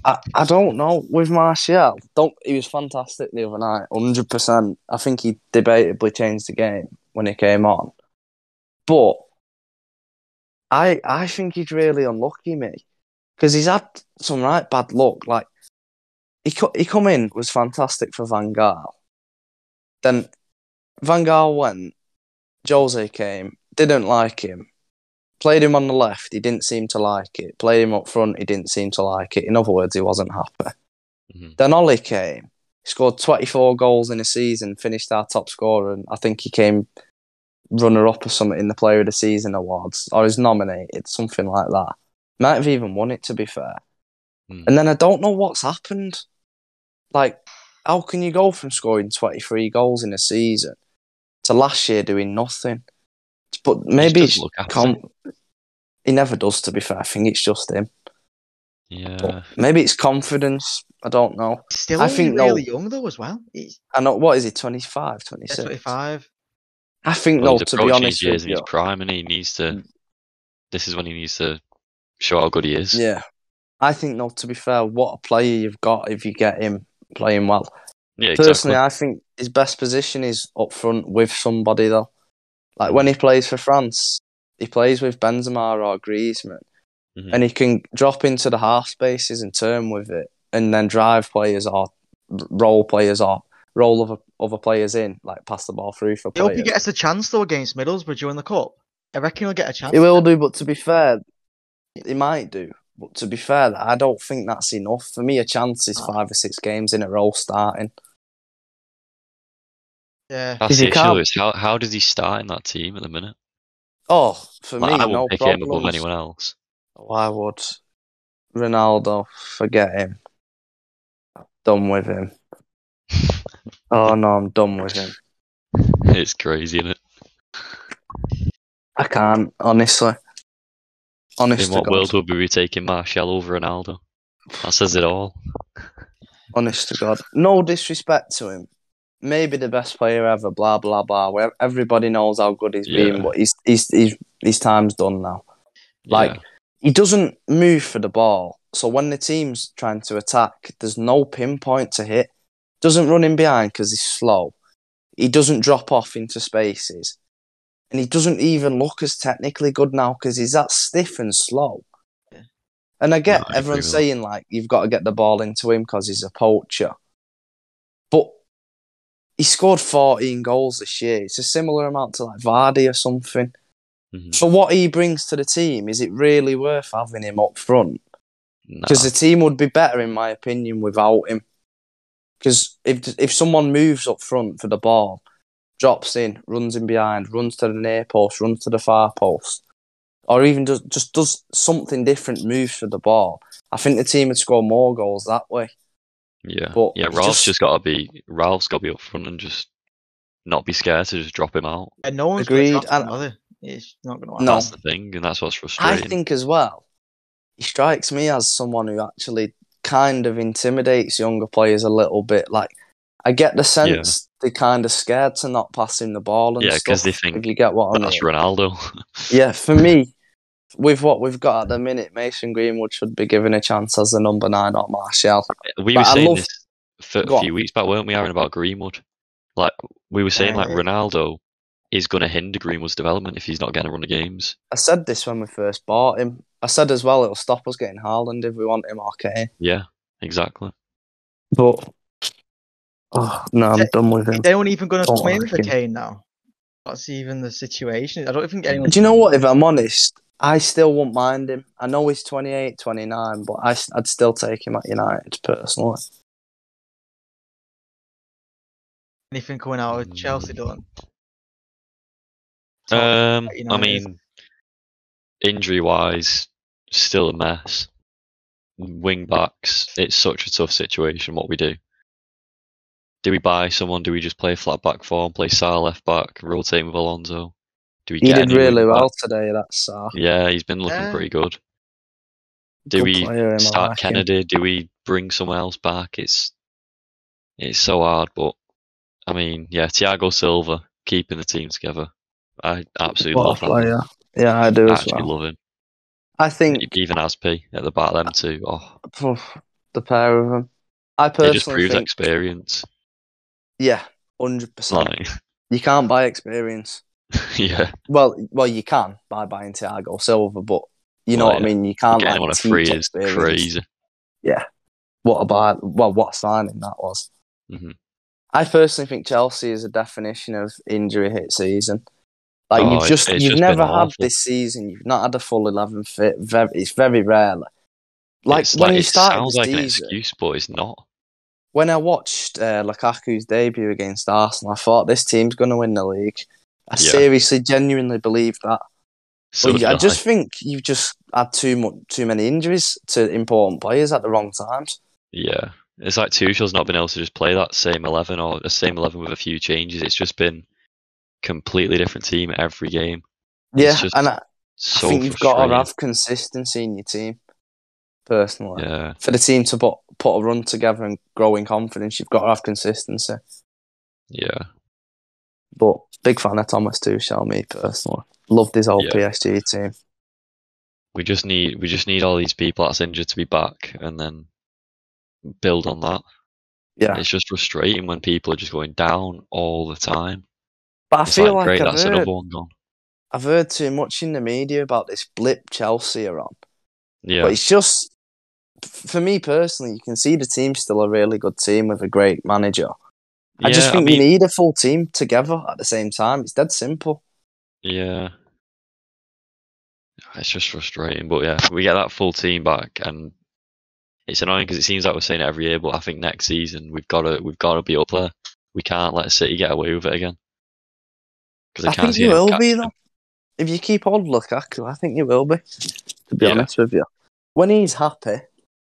I, I don't know with Martial. Don't he was fantastic the other night, hundred percent. I think he debatably changed the game when he came on, but I I think he's really unlucky, me, because he's had some right bad luck. Like he co- he come in was fantastic for Van Gaal, then Van Gaal went, Jose came, didn't like him, played him on the left, he didn't seem to like it. Played him up front, he didn't seem to like it. In other words, he wasn't happy. Mhm. Then Ollie came, scored 24 goals in a season, finished our top scorer, and I think he came runner up or something in the Player of the Season awards, or is nominated, something like that. Might have even won it, to be fair. Hmm. And then I don't know what's happened. Like, how can you go from scoring 23 goals in a season to last year doing nothing? But maybe doesn't it's look after com- he never does. To be fair, I think it's just him. yeah. Maybe it's confidence. I don't know. Still, I only think no- really young though as well. He's I know what is he 25, 26? twenty-five. I think Well, no. he's To be approaching honest his years with in his you, Mm. prime, and he needs to. This is when he needs to show how good he is. yeah, I think no. To be fair, what a player you've got if you get him playing well. yeah exactly. Personally, I think his best position is up front with somebody though. Like when he plays for France, he plays with Benzema or Griezmann, Mhm. and he can drop into the half spaces and turn with it, and then drive players or r- roll players or roll other other players in, like pass the ball through for I hope he players. gets a chance though against Middlesbrough during the cup. I reckon he'll get a chance. He will do, but to be fair, he might do. But to be fair, I don't think that's enough for me. A chance is five or six games in a row starting. Yeah. That's he the issue. can't- is how how does he start in that team at the minute? Oh, for Like, me, I no won't pick problem. him above anyone else. <laughs> Why would Ronaldo forget him? Done <laughs> with him. Oh no, I'm done with him. it's crazy, isn't it? I can't, honestly. Honest In to what God. world would we be taking Martial over Ronaldo? That says it all. Honest to God. No disrespect to him. Maybe the best player ever, blah blah blah. Where everybody knows how good he's Yeah. been, but he's he's he's his time's done now. Like Yeah. he doesn't move for the ball. So when the team's trying to attack, there's no pinpoint to hit. Doesn't run in behind because he's slow. He doesn't drop off into spaces. And he doesn't even look as technically good now because he's that stiff and slow. Yeah. And I get No, I agree everyone with that. saying, like, you've got to get the ball into him because he's a poacher. But he scored 14 goals this year. It's a similar amount to, like, Vardy or something Mhm. for what he brings to the team, is it really worth having him up front? Mm-hmm. Nah. Because the team would be better, in my opinion, without him. Because if if someone moves up front for the ball, drops in, runs in behind, runs to the near post, runs to the far post, or even does, just does something different, moves for the ball, I think the team would score more goals that way. Yeah, But yeah. he Ralph's just- just, got to be Ralph's got to be up front and just not be scared to just drop him out. And no one's gonna Agreed, draft him, and- are they? It's not going to No. That's the thing, and that's what's I frustrating. think as well, he strikes me as someone who actually kind of intimidates younger players a little bit. Like, I get the sense they're kind of scared to not pass him the ball and Yeah, 'cause stuff, they think if you get what I mean. that's Ronaldo. <laughs> Yeah, for me, with what we've got at the minute, Mason Greenwood should be given a chance as the number nine or Martial. we But were I saying love- this for Go a on. few weeks back, weren't we, Aaron, about Greenwood? Like we were saying, Yeah, like yeah. Ronaldo is going to hinder Greenwood's development if he's not getting a run of games. I said this when we first bought him. I said as well it'll stop us getting Haaland if we want him, okay? Yeah, exactly. But, oh, no, I'm Yeah, done with Is him. anyone even going to Don't come in for reckon. Kane now? That's even the situation. I don't think anyone. Do you know what? If I'm honest, I still wouldn't mind him. I know he's 28, 29, but I, would still take him at United personally. anything coming out of Chelsea, Mm. Dylan? Um, you I know, it is. mean, injury wise, still a mess. Wing backs, it's such a tough situation. What we do? Do we buy someone? Do we just play flat back form? Play Sar left back, rotate with Alonso? Do we He get did a new really wing well back? today. That's uh, Yeah, he's been looking Yeah. pretty good. Do good we player, him, I Start like him. Kennedy? Do we bring someone else back? It's it's so hard, but I mean, yeah, Thiago Silva keeping the team together. I absolutely What a love that. man. player. Yeah, I do I as actually well. love him. I think Even Aspi at the back, them two. Oh, phew, the pair of them. I they just personally proves think, experience. yeah, hundred percent. Like, <laughs> You can't buy experience. yeah, Well, well, you can by buying Thiago Silva, but you know Well, what I Oh, yeah. mean. You can't getting like, on a teach free is experience. crazy. What about well, what a signing that was. Mhm. I personally think Chelsea is a definition of injury hit season. Like Oh, you've it- just it's you've just never been had awful. this season. You've not had a full eleven fit. Very, it's very rare. Like It's when you it started sounds the like an season- excuse, but it's not. when I watched uh, Lukaku's debut against Arsenal, I thought this team's going to win the league. I Yeah. seriously, genuinely believe that. So But did I I just think you've just had too much, too many injuries to important players at the wrong times. yeah, it's like Tuchel's not been able to just play that same eleven or the same eleven with a few changes. It's just been completely different team every game. Yeah, just and I, I So think you've got to frustrating. have consistency in your team. Personally, yeah, for the team to put put a run together and grow in confidence, you've got to have consistency. yeah. But big fan of Thomas Tuchel, me personally. Loved his old PSG team. We just need we just need all these people that's injured to be back, and then build on that. Yeah, It's just frustrating when people are just going down all the time. but I It's feel like, like, great, I've that's heard another one gone. I've heard too much in the media about this blip Chelsea are on, Yeah, but it's just f- for me personally. You can see the team's still a really good team with a great manager. I Yeah, just think mean- we need a full team together at the same time. It's dead simple. Yeah. Ah, It's just frustrating, but yeah, we get that full team back, and it's annoying because it seems like we're saying it every year. But I think next season we've got to we've got to be up there. We can't let City get away with it again. Because I think you will be though. If you keep hold of Lukaku, I think you will be. To be Yeah. honest with you, when he's happy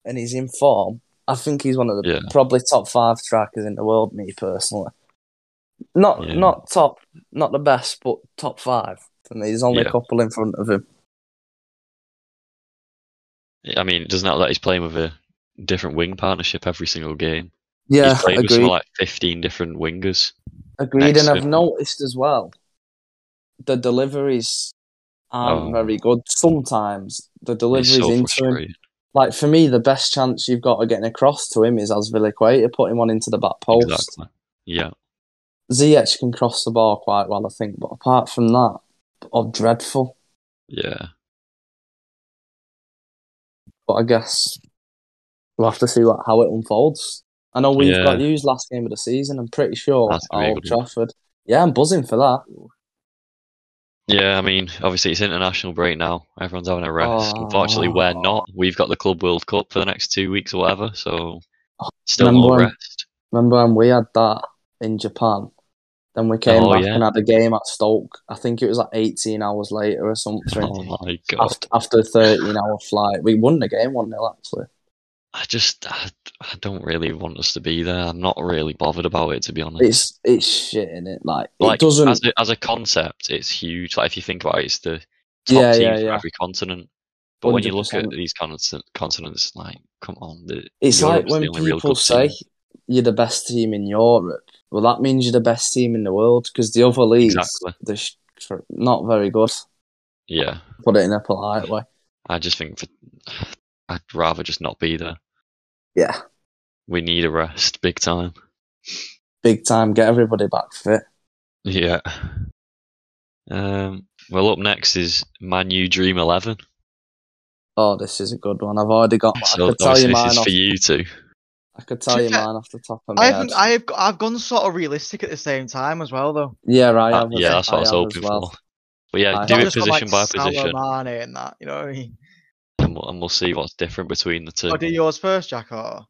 and he's in form, I think he's one of the Yeah. probably top five strikers in the world. Me personally, not Yeah. not top, not the best, but top five. And there's only Yeah. a couple in front of him. I mean, it doesn't help that he's playing with a different wing partnership every single game. Yeah, he's playing with agreed. something like fifteen different wingers. agreed. And I've excellent. noticed as well, the deliveries aren't Oh. very good. Sometimes the It's deliveries so into him. frustrating. Like for me, the best chance you've got of getting across to him is Azpilicueta putting one into the back post. Exactly. Yeah, Ziyech can cross the ball quite well, I think. But apart from that, are dreadful. yeah. But I guess we'll have to see what, how it unfolds. I know we've Yeah. got used last game of the season. I'm pretty sure That's at gonna be a Old good one. Trafford. Yeah, I'm buzzing for that. Yeah, I mean, obviously it's international break now. Everyone's having a rest. Unfortunately, we're Oh. not. We've got the Club World Cup for the next two weeks or whatever, so still remember no when- rest. Remember when we had that in Japan? Then we came Oh, back yeah. and had a game at Stoke. I think it was like 18 hours later or something. <laughs> Oh my god! after, after a 13 hour flight. We won the game 1 0, actually. I just, I, I don't really want us to be there. I'm not really bothered about it, to be honest. It's it's shit in it. Like, like it doesn't. as a, as a concept, it's huge. Like if you think about it, it's the top Yeah, team yeah, from yeah. every continent. But when you look at 100%. these constant continents, like come on, the, It's Europe's like the when only real people good say team. you're the best team in Europe. Well, that means you're the best team in the world because the other leagues Exactly. they're sh- tr- not very good. yeah. Put it in a polite way. I just think for, I'd rather just not be there. Yeah, We need a rest, big time. big time. Get everybody back fit. Yeah. Um. Well, up next is my new Dream Eleven. Oh, this is a good one. I've already got. I So could tell you obviously this mine. is Off, for you too. I could tell you Yeah. mine off the top of <laughs> my I head. haven't. I have. g- I've gone sort of realistic at the same time as well, though. Yeah, I Uh, have. as- yeah, that's what I was have hoping as well. for. But yeah, I do have. it I've just got, position by like, Salah, position, Mane and that. You know what I mean? and we'll, and we'll see what's different between the two. I'll do yours first, Jack. Or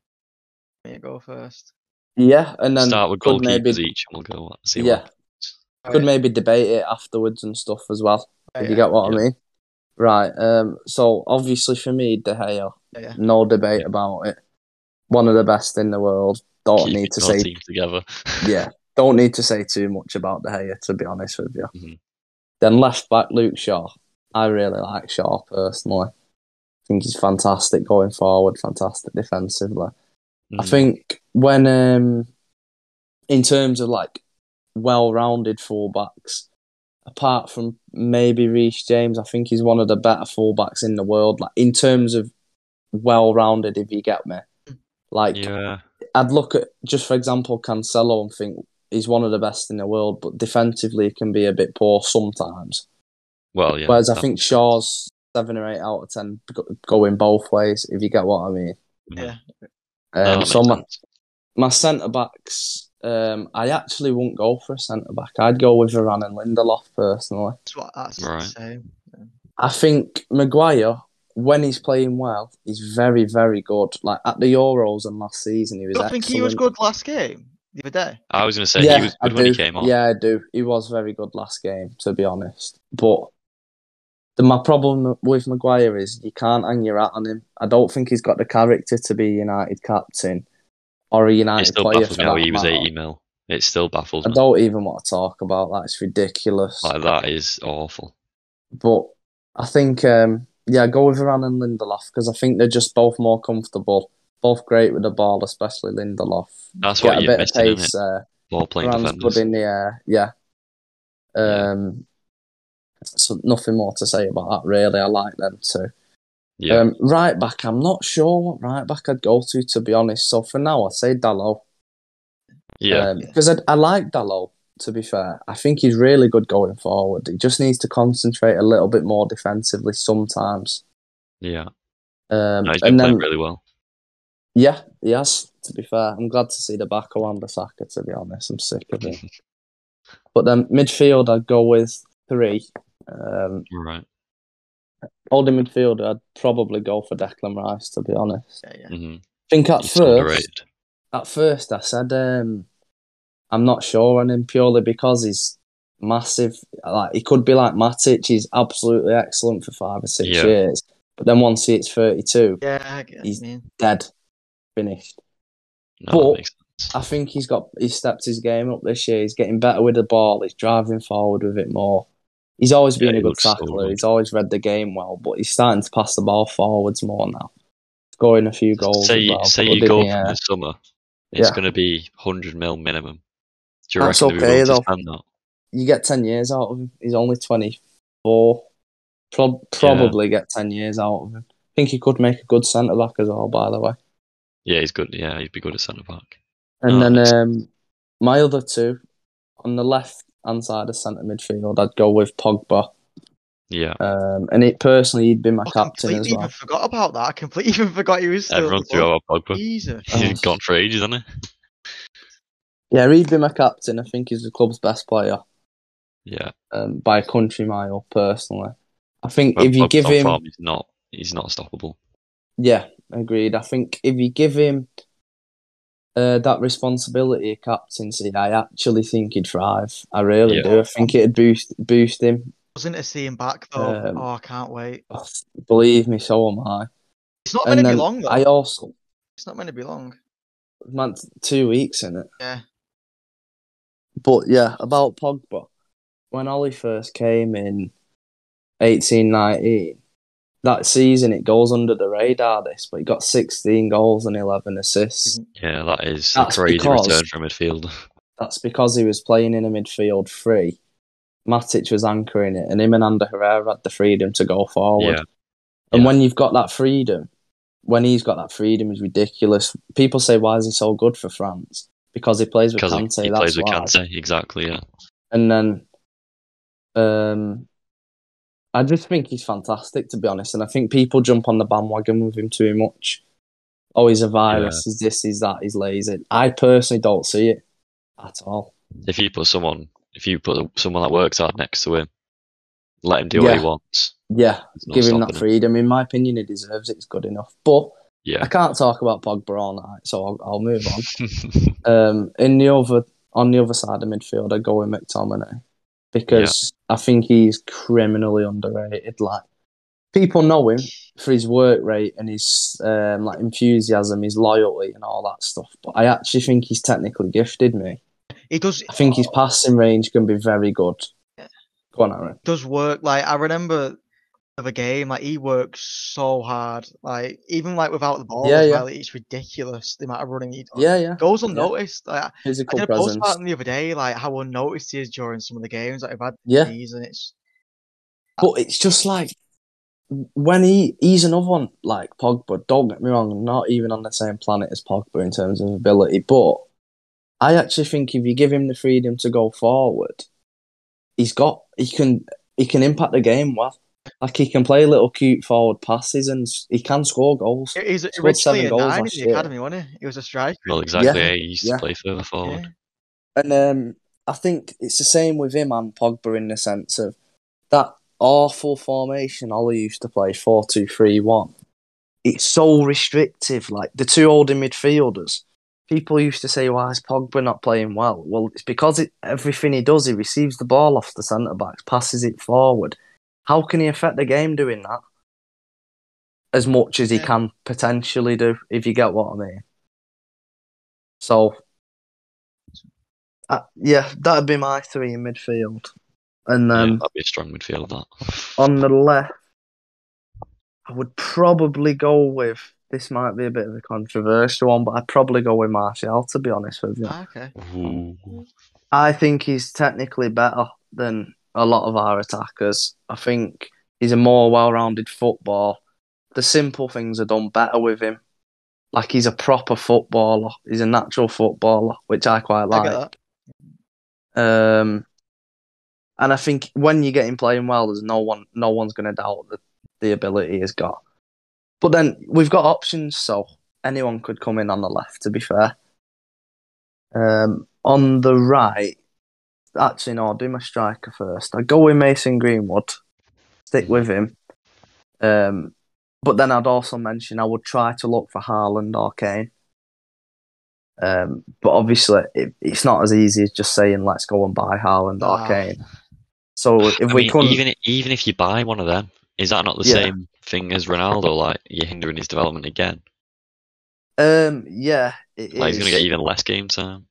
me go first. Yeah, and then Start with could goalkeepers maybe each, and we'll go what- see. yeah, What, could maybe debate it afterwards and stuff as well. Oh, Yeah, If yeah, you get what yeah. I mean. Right. Um. So obviously for me, De Gea, yeah, yeah. no debate about it. One of the best in the world. Don't keeping need to our say team together. yeah. Don't need to say too much about De Gea, to be honest with you. Mm-hmm. Mhm. Then left back Luke Shaw. I really like Shaw personally. I think he's fantastic going forward, fantastic defensively. <laughs> I Mm, think when um in terms of like well rounded fullbacks, apart from maybe Reece James, I think he's one of the better fullbacks in the world. Like in terms of well-rounded, if you get me. Like Yeah, I'd look at just for example Cancelo and think he's one of the best in the world, but defensively he can be a bit poor sometimes. well, yeah. Whereas I that- think Shaw's seven or eight out of ten go- going both ways, if you get what I mean. yeah, yeah. Mm. that Um, makes so my, sense. my centre backs, um, I actually wouldn't go for a centre back. I'd go with Varane and Lindelof personally. That's what that's the Right. same. I think Maguire, when he's playing well, is very very good. Like at the Euros and last season, he I was. don't think he was excellent. good last game the other day. I was going to say he was I good when he do. came on. Yeah, I do. He was very good last game, to be honest. But the, my problem with Maguire is you can't hang your hat on him. I don't think he's got the character to be a United captain or a it United still player. baffles For me how that he was matter. 80 mil. It still baffles I me. don't even want to talk about that. It's ridiculous. Like that is awful. But I think, um, yeah, go with Varane and Lindelof because I think they're just both more comfortable. Both great with the ball, especially Lindelof. That's Get what a you're bit of missing, isn't it? pace there. Ball playing Rams defenders. good in the air, yeah. Yeah. Um, so nothing more to say about that really. I like them too. yeah, Um, right back, I'm not sure what right back I'd go to to be honest. So for now, I say Dallo. yeah. because Um, I, I like Dallo. To be fair, I think he's really good going forward. He just needs to concentrate a little bit more defensively sometimes. yeah. Um, No, he's been and then, playing really <laughs> well. yeah, yes. To be fair, I'm glad to see the back of Wan-Bissaka. To be honest, I'm sick <laughs> of him. But then midfield, I'd go with three. Um, right. holding midfielder, I'd probably go for Declan Rice. To be honest, Yeah, yeah. hmm I think at He's first, underrated. at first, I said um, I'm not sure on him purely because he's massive. Like he could be like Matic. He's absolutely excellent for five or six Yeah. years. But then once he hits 32, Yeah, I get what you He's- mean. dead, finished. No, that But- makes sense. I think he's got he's stepped his game up this year. He's getting better with the ball. He's driving forward with it more. He's always Yeah, been he a good looks so tackler. good. he's always read the game well, but he's starting to pass the ball forwards more now. Scoring a few goals. say as well, say good you in go the from air. the summer, it's uh, Yeah. going to be 100 mil minimum. Do you That's reckon they'll okay, be though. willing to spend that? You get ten years out of him. He's only twenty four. Prob- probably get ten years out of him. I think he could make a good centre back as well. By the way. Yeah, he's good. Yeah, he'd be good at centre back. And Oh, then nice. um, my other two on the left hand side of centre midfield, I'd go with Pogba. Yeah, Um, and it personally, he'd be my I captain completely as even well. forgot about that. I completely <laughs> even forgot he was still. at everyone the threw club. out Pogba. Jesus. <laughs> Oh. He's gone for ages, hasn't he? Yeah, he'd be my captain. I think he's the club's best player Yeah. um, by a country mile, personally. I think When if you Pogba's give on him, form, he's not he's not stoppable. yeah, agreed. I think if you give him uh, that responsibility of captaincy, I actually think he'd thrive. I really Yeah. do. I think it'd boost boost him. Wasn't to see him back though. Um, oh, I can't wait. Oh, Believe me, so am I. It's not and meant to be then long though. I also It's not meant to be long. man, two weeks in it. Yeah. But yeah, about Pogba. When Ollie first came in eighteen nineteen, that season it goes under the radar this, but he got sixteen goals and eleven assists. Yeah, that is That's a crazy because- return from midfield. That's because he was playing in a midfield three. Matic was anchoring it and him and Ander Herrera had the freedom to go forward. Yeah, And yeah. when you've got that freedom, when he's got that freedom is ridiculous. People say why is he so good for France? Because he plays with because Kante, he that's plays with why. Kante. Exactly. Yeah. And then, um, I just think he's fantastic, to be honest. And I think people jump on the bandwagon with him too much. Oh, he's a virus. He's this, he's that, he's lazy. I personally don't see it at all. If you put someone, if you put someone that works hard next to him, let him do what Yeah. he wants. Yeah, There's no give him that stopping freedom. In my opinion, he deserves it. It's good enough. But I Yeah. can't talk about Pogba all night, so I'll, I'll move on. <laughs> Um, in the other on the other side of midfield, I go with McTominay because I think he's criminally underrated. Like people know him for his work rate and his um, like enthusiasm, his loyalty, and all that stuff. But I actually think he's technically gifted. Me, He does. I think his Oh. passing range can be very good. Yeah. Go on, Aaron. does work. Like I remember of a game. Like he works so hard. Like even like without the ball, Yeah, as yeah. well, it's ridiculous the amount of running he does. Yeah, yeah. Goes unnoticed. Like, I Physical did a post presence. about him the other day, like how unnoticed he is during some of the games that I've had Yeah. this season. It's But it's just like when he he's another one like Pogba. Don't get me wrong, not even on the same planet as Pogba in terms of ability. But I actually think if you give him the freedom to go forward, he's got he can he can impact the game well. Like he can play little cute forward passes and s- he can score goals. he was Scored originally seven a goals nine in last the year. academy, wasn't he? He was a striker. Well, exactly. Yeah, Yeah, he used yeah. to play further forward. Yeah. And um, I think it's the same with him and Pogba in the sense of that awful formation Ollie used to play 4 2 3 1. It's so restrictive. Like the two older midfielders, people used to say, why is Pogba not playing well? Well, it's because it, everything he does, he receives the ball off the centre backs, passes it forward. How can he affect the game doing that? As much as he Yeah. can potentially do, if you get what I mean. So uh, yeah, that'd be my three in midfield. And Yeah, then that'd be a strong midfield. That. on the left, I would probably go with this might be a bit of a controversial one, but I'd probably go with Martial to be honest with you. Ah, okay. Ooh. I think he's technically better than a lot of our attackers. I think he's a more well rounded football. The simple things are done better with him. Like he's a proper footballer. He's a natural footballer, which I quite I like. get that. Um, and I think when you get him playing well, there's no one, no one's going to doubt the, the ability he's got. But then we've got options, so anyone could come in on the left. To be fair, um, on the right, actually no, I'll do my striker first. I go with Mason Greenwood, stick with him. Um, but then I'd also mention I would try to look for Haaland or Kane. Um, but obviously, it, it's not as easy as just saying let's go and buy Haaland or Ah. Kane. So if I we mean, couldn't, even even if you buy one of them, is that not the Yeah. same thing as Ronaldo? Like you're hindering his development again. um, yeah, it Like he's is. gonna get even less game time.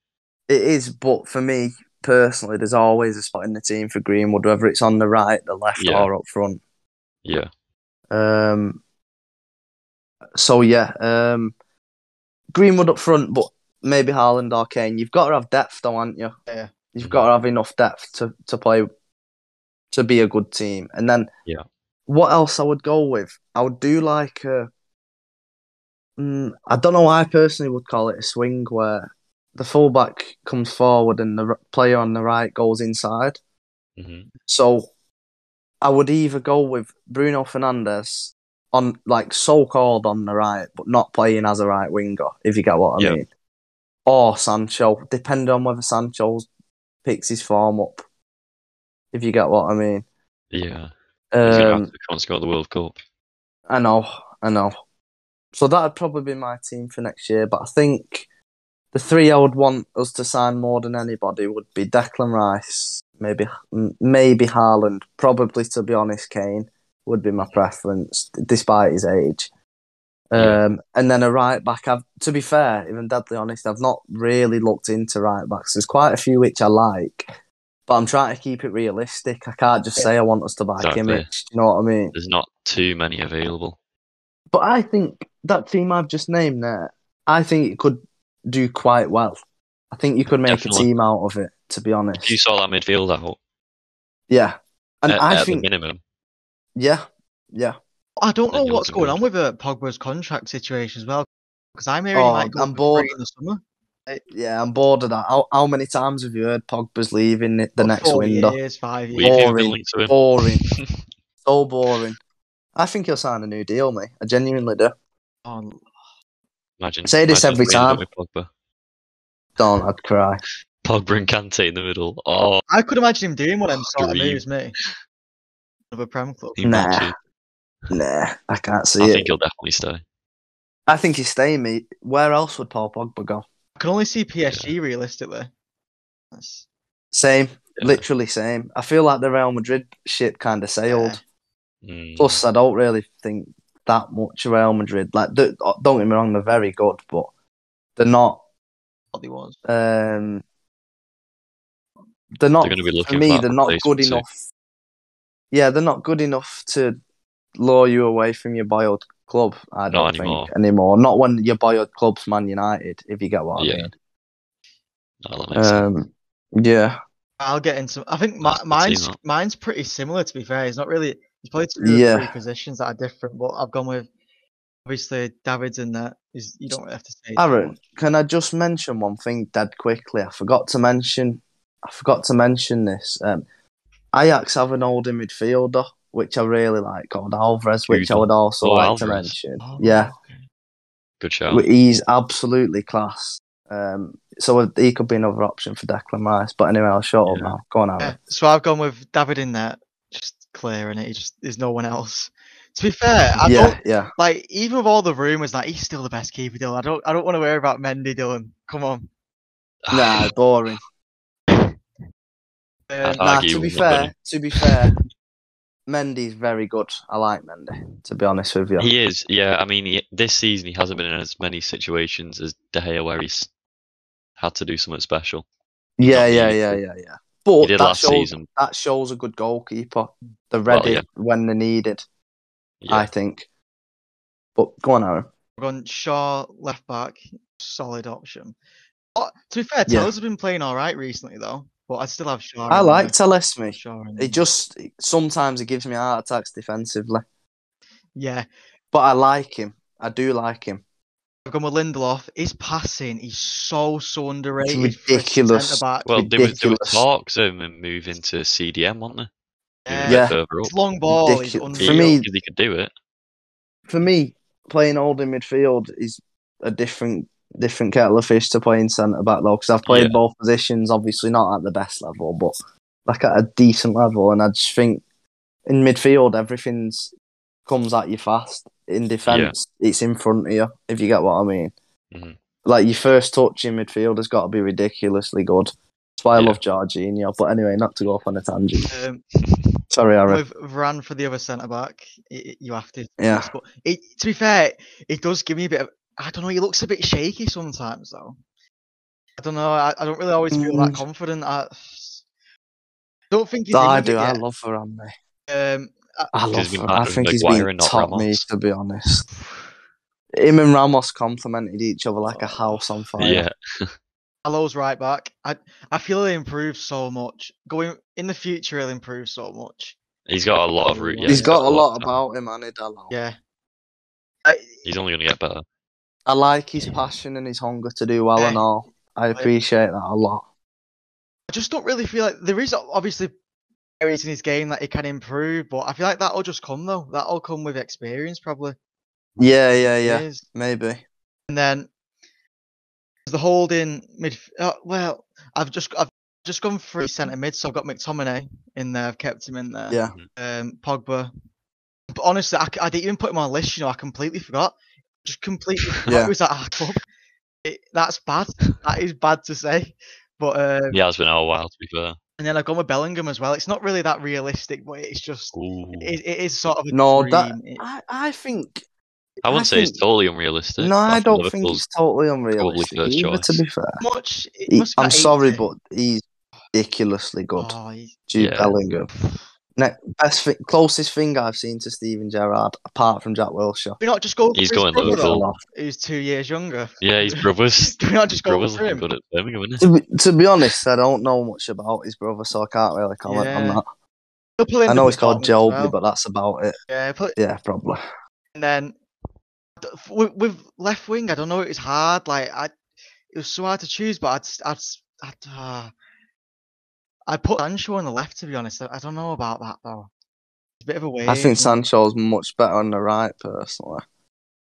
It is, but for me personally, there's always a spot in the team for Greenwood, whether it's on the right, the left, Yeah. or up front. Yeah, Um, so yeah, um, Greenwood up front, but maybe Haaland or Kane. You've got to have depth, though, haven't you? Yeah. You've got to have enough depth to to play to be a good team. And then Yeah. what else I would go with? I would do like a. Mm, I don't know. I personally would call it a swing where the fullback comes forward and the r- player on the right goes inside. hmm So I would either go with Bruno Fernandes on like so called on the right, but not playing as a right winger, if you get what I Yeah. mean. Or Sancho, depending on whether Sancho picks his form up, if you get what I mean. yeah. He's gonna have Um, to can't score the World Cup. I know, I know. So that'd probably be my team for next year, but I think the three I would want us to sign more than anybody would be Declan Rice, maybe m- maybe Haaland, probably to be honest, Kane would be my preference, d- despite his age. Yeah. Um, and then a right back. I've to be fair, even deadly honest, I've not really looked into right backs. There's quite a few which I like, but I'm trying to keep it realistic. I can't just say I want us to buy Exactly. Kimmich. Do you know what I mean? There's not too many available. But I think that team I've just named there, I think it could do quite well. I think you could make Definitely. a team out of it, to be honest. If you saw that midfield out, Yeah. And at, I at think, the minimum, yeah, yeah. I don't Then know you'll what's do going good. on with uh, Pogba's contract situation as well, because I'm hearing Oh, he might go for free I'm bored. in the summer. Yeah, I'm bored of that. How, how many times have you heard Pogba's leaving the, the What, next four window? years, five we've years. even Boring. been linked to him. Boring. so boring. I think he'll sign a new deal, mate. I genuinely do. on. <laughs> Imagine. Say this imagine every we ended time. up with Pogba. Don't, I'd cry. Pogba and Kante in the middle. Oh, I could imagine him doing one of them sort of Dream. moves, me. Another Prem club. team Nah, matches. Nah, I can't see I it. think he'll definitely stay. I think he's staying, mate. Where else would Paul Pogba go? I can only see PSG realistically. That's, Same. Yeah. Literally same. I feel like the Real Madrid ship kind of sailed. Mm, Plus, I don't really think that much of Real Madrid. Like, th- don't get me wrong, they're very good, but they're not. what he was. Um, they're not. they're going to be for looking me, for that they're not good replacement soon. enough. Yeah, they're not good enough to lure you away from your boyhood club. I don't Not think anymore. anymore. Not when your boyhood club's Man United, if you get what Yeah, I mean. No, that makes sense. Um, yeah, I'll get into. I think I my, can see mine's that. mine's pretty similar. To be fair, it's not really. He's played two Yeah. or three positions that are different, but I've gone with obviously David's in that. Is you don't really have to say. too Aaron, much. can I just mention one thing, Dad? Quickly, I forgot to mention. I forgot to mention this. Um, Ajax have an older midfielder, which I really like, called Alvarez, which I Who? would also Oh, like to Alvarez. mention. Oh, yeah, okay. Good shout. Well, He's absolutely class. Um, so he could be another option for Declan Rice. But anyway, I'll shut up Yeah. now. Go on, Aaron. Yeah, So I've gone with David in that. Just clear in it. He just there's no one else. To be fair, I yeah, don't yeah. like even with all the rumours that he's still the best keeper. Dylan, I don't. I don't want to worry about Mendy, Dylan. Come on. <sighs> <sighs> Nah, boring. Um, I- Nah, argue to be with that, fair, buddy. to be fair, Mendy's very good. I like Mendy, to be honest with you. He is, yeah. I mean, he, this season he hasn't been in as many situations as De Gea where he's had to do something special. yeah, not yeah, needed. yeah, yeah, yeah. He But did that last shows, season. that shows a good goalkeeper. They're Well, ready yeah. when they're needed, Yeah. I think. But go on, Aaron. We've gone Shaw left back, solid option. Oh, to be fair, Yeah. Taylor's have been playing all right recently though, but I still have Shaw. I in like there. Telesmi. Shaw. in there. It just sometimes it gives me heart attacks defensively. yeah. But I like him. I do like him. I've gone with Lindelof. His passing is so so underrated. ridiculous. Centre back. Well, there was, there was ridiculous. talks of him moving to CDM, weren't there? Moving a bit Yeah. Further His up. long ball is Ridiculous. He, For unreal. me- because he could do it. For me, playing older midfield is a different different kettle of fish to playing centre back though, because I've played Yeah. both positions. Obviously, not at the best level, but like at a decent level. And I just think in midfield, everything's comes at you fast. In defence, it's in front of you. If you get what I mean. Mhm. Like your first touch in midfield has got to be ridiculously good. That's why I Yeah. love Jorginho. But anyway, not to go off on a tangent. Um, Sorry, Aaron. with Varane for the other centre back, it, it- you have to. Yeah. But it, to be fair, it does give me a bit of. I don't know. He looks a bit shaky sometimes though. I don't know. I, I don't really always feel that Mm. confident. I don't think he's. No, I in with it do. I yet. love Varane. mate. Um, I Because love we him. might I have think he's Maguire been and not top me, Ramos. to be honest. Him and Ramos complemented each other like a house on fire. Yeah. Allo's right back. I I feel he'll improve so much. Going in the future, he'll improve so much. He's got a lot of root. He's Yeah, he's got a lot of about him, and Dallo. Yeah. I, He's only going to get better. I like his passion and his hunger to do well and all. I appreciate that a lot. I just don't really feel like there is obviously areas in his game that he can improve, but I feel like that'll just come though. That'll come with experience, probably. Yeah, yeah, yeah. Years. Maybe. And then the holding mid. Uh, well, I've just I've just gone through centre mid, so I've got McTominay in there. I've kept him in there. Yeah. Mm-hmm. um, Pogba. But honestly, I, c- I didn't even put him on a list. You know, I completely forgot. Just <laughs> completely forgot Yeah. he was at our club. It, that's bad. That is bad to say. But um, Yeah, it's been a while, to be fair. and then I've gone with Bellingham as well. It's not really that realistic, but it's just Ooh. it, it is sort of a No, dream. that- It- I, I think. I wouldn't say it's think- totally unrealistic. No, I That's one don't of think Liverpool's- it's totally unrealistic first either, to choice. be fair. much. It He- must be I'm like sorry, 80. but he's ridiculously good. Oh, he- <sighs> Jude Yeah. Bellingham. Ne- best thi- closest thing I've seen to Steven Gerrard, apart from Jack Wilshere. we not just go He's for his going brother, Liverpool. though, who's two years younger. <laughs> Yeah, his <laughs> brother's. Do we not just go brother's for looking him? good at Birmingham, isn't he? To be, to be honest, I don't know much about his brother, so I can't really comment on Yeah. that. He'll play in I the know he's called department as Joby, well. but that's about it. yeah, he'll play- Yeah, probably. And then d- f- with, with left wing, I don't know. It was hard. Like I, it was so hard to choose. But I'd, s- I'd, s- I'd, uh, I'd put Sancho on the left. To be honest, I, I don't know about that though. It's a bit of a way. I think Sancho's much better on the right, personally.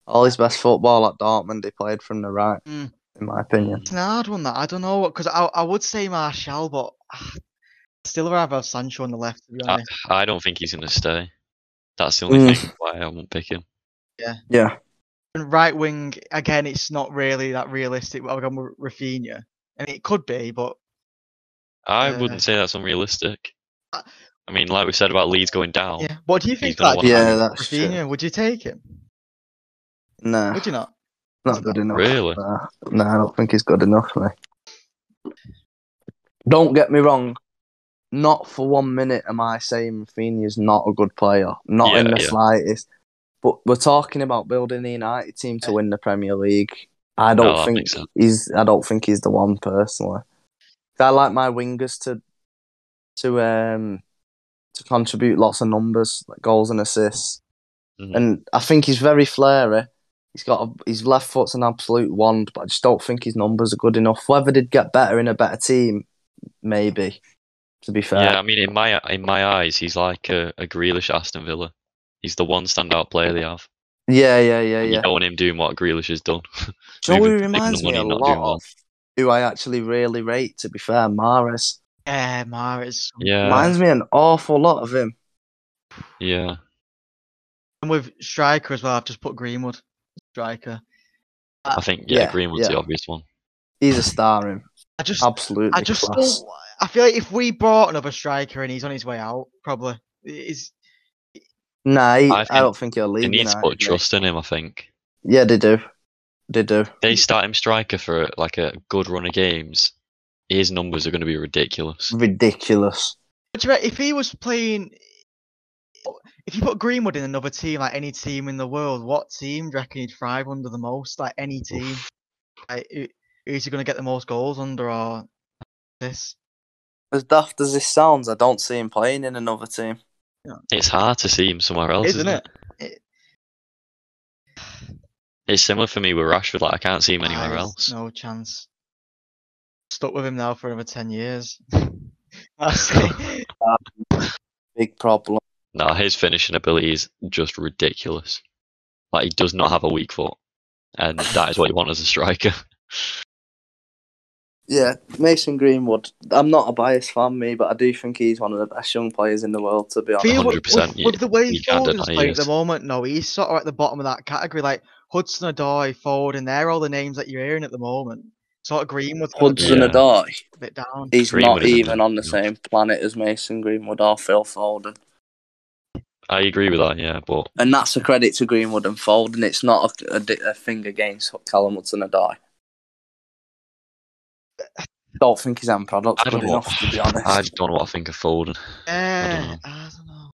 All his best football at Dortmund, he played from the right, Mm. in my opinion. It's an hard one that I don't know because I, I would say Martial, but I'd still rather have Sancho on the left. To be I, honest, I don't think he's going to stay. That's the only Mm. thing why I won't pick him. Yeah, and right wing again, it's not really that realistic. What I've gone with Rafinha, and it could be, but I Uh, wouldn't say that's unrealistic. Uh, I mean, like we said about Leeds going down. yeah. What do you think? gonna Like, want- yeah, Rafinha- that's true. Rafinha, would you take him? Nah, Would you <sighs> not? not good enough. Really? Nah, nah, I don't think he's good enough, mate. Don't get me wrong. not for one minute am I saying Rafinha's not a good player, not in Yeah, the yeah. slightest. But we're talking about building the United team to win the Premier League. I don't No, that think makes sense. he's. I don't think he's the one personally. I like my wingers to to um to contribute lots of numbers, like goals and assists. Mhm. And I think he's very flary. He's got a, his left foot's an absolute wand, but I just don't think his numbers are good enough. Whether they'd get better in a better team, maybe. To be fair, yeah, I mean, in my in my eyes, he's like a, a Grealish at Aston Villa. He's the one standout player they have. yeah, yeah, yeah, And yeah. You don't want him doing what Grealish has done. Do you know who moving- he taking the reminds me money a and not lot doing well. of? Who I actually really rate. To be fair, Mares Yeah, Mares. yeah, reminds me an awful lot of him. yeah, And with striker as well, I've just put Greenwood. Striker. I think yeah, Uh, Yeah, Greenwood's yeah. the obvious one. He's a star. Him I just, absolutely. I just class. don't. I feel like if we brought another striker and he's on his way out, probably is. Nah, he- I I, think don't think he'll leave. They need to United, put mate. trust in him. I think Yeah, they do. They do. they start him striker for like a good run of games. His numbers are going to be ridiculous. Ridiculous. But do you know, if he was playing, if you put Greenwood in another team, like any team in the world, what team do you reckon he'd thrive under the most? Like any team, like, who- who's he going to get the most goals under? Or this? As daft as this sounds, I don't see him playing in another team. It's hard to see him somewhere else, Isn't isn't, it? It's similar for me with Rashford. Like I can't see him anywhere Nah, else. No chance. Stuck with him now for another ten <laughs> years. <laughs> That's it. Big problem. No, his finishing ability is just ridiculous. Like he does not have a weak foot, and that is what you want as a striker. <laughs> Yeah, Mason Greenwood. I'm not a biased fan, me, but I do think he's one of the best young players in the world. To be honest, Feel with, 100%, with, you- with the way you can't Foden's deny playing at it. the moment, no, he's sort of at the bottom of that category. Like Hudson Odoi, Foden, they're all the names that you're hearing at the moment. Sort of Greenwood Hudson Yeah. Odoi. a bit down. He's Greenwood not isn't even that on the good. same planet as Mason Greenwood or Phil Foden, I agree with that, yeah, but and that's a credit to Greenwood and Foden. It's not a, a di- a thing against Callum Hudson Odoi. Don't think his end product's I good don't know. enough, to be honest. I don't know what I think of Foden. Yeah, dunno. I don't know.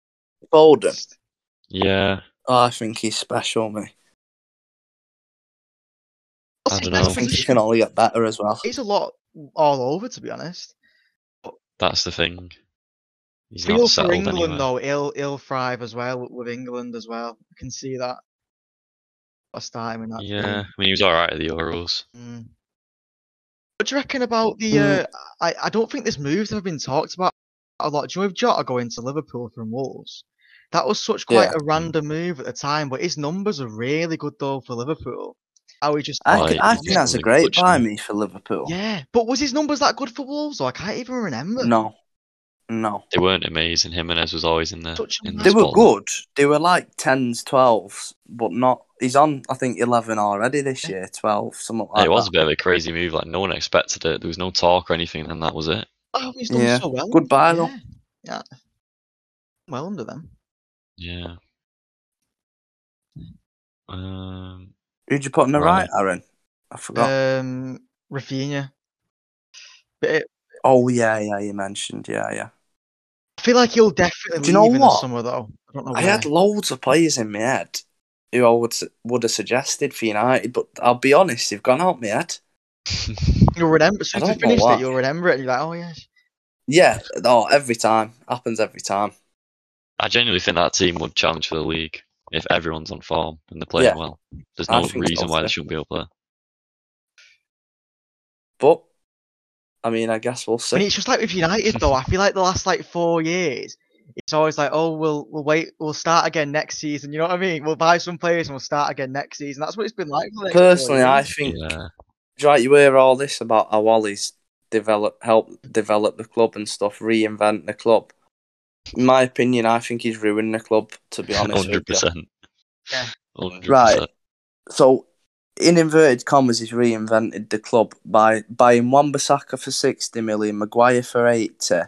Foden, Just- Yeah, oh, I think he's special, mate. I his dunno. best I think he position? can only get better as well. He's a lot all over, to be honest. that's the thing. He's Feel not for settled England anywhere. though, he'll he'll thrive as well with- with England as well. I can see that. I start him in that. team. Yeah, I mean he was all right at the Euros. Mm. What do you reckon about the? Mm. Uh, I I don't think this move's ever been talked about a lot. Do you know with Jota going to Liverpool from Wolves? That was such quite Yeah. a random move at the time, but his numbers are really good though for Liverpool. How he just I, Right, think- I he's think that's a only great clutch buy now. me for Liverpool. yeah, but was his numbers that good for Wolves? Though? I can't even remember. No, no, They weren't amazing. Jimenez was always in the Such a in the they were spotlight. good. They were like tens, twelves, but not. He's on, I think, eleven already this year. Twelve, something like it was a that. bit of a crazy move. Like no one expected it. There was no talk or anything, and that was it. Oh, he's done Yeah. so well. Good buy, though. yeah. yeah. Well under them. Yeah. Um. <laughs> Who'd you put on the Right. right, Aaron? I forgot. Um, Rafinha. But uh, it, oh yeah, yeah, you mentioned. Yeah, yeah. I feel like he'll definitely Do you know leave in the what? summer though. I don't know. I where. had loads of players in my head who I would su- would have suggested for United, but I'll be honest, they've gone out my head. You'll remember. As soon I as you don't know finish why. it, you'll remember it. And you're like, oh yeah. Yeah, oh, every time happens every time. I genuinely think that team would challenge for the league if everyone's on form and they're playing Yeah. well. There's I no think so, reason why they too. shouldn't be up there. But I mean, I guess we'll I see. mean, it's just like with United though. I feel like the last like four years, it's always like, oh, we'll we'll wait, we'll start again next season. You know what I mean? We'll buy some players and we'll start again next season. That's what it's been like. For the next four Personally, I years. think Yeah. right, you hear all this about how Ollie's develop help develop the club and stuff, reinvent the club. In my opinion, I think he's ruined the club. To be Hundred honest, with you. percent. Yeah. Hundred Right. percent. so in inverted commas, he's reinvented the club by buying Wan-Bissaka for sixty million, Maguire for eighty,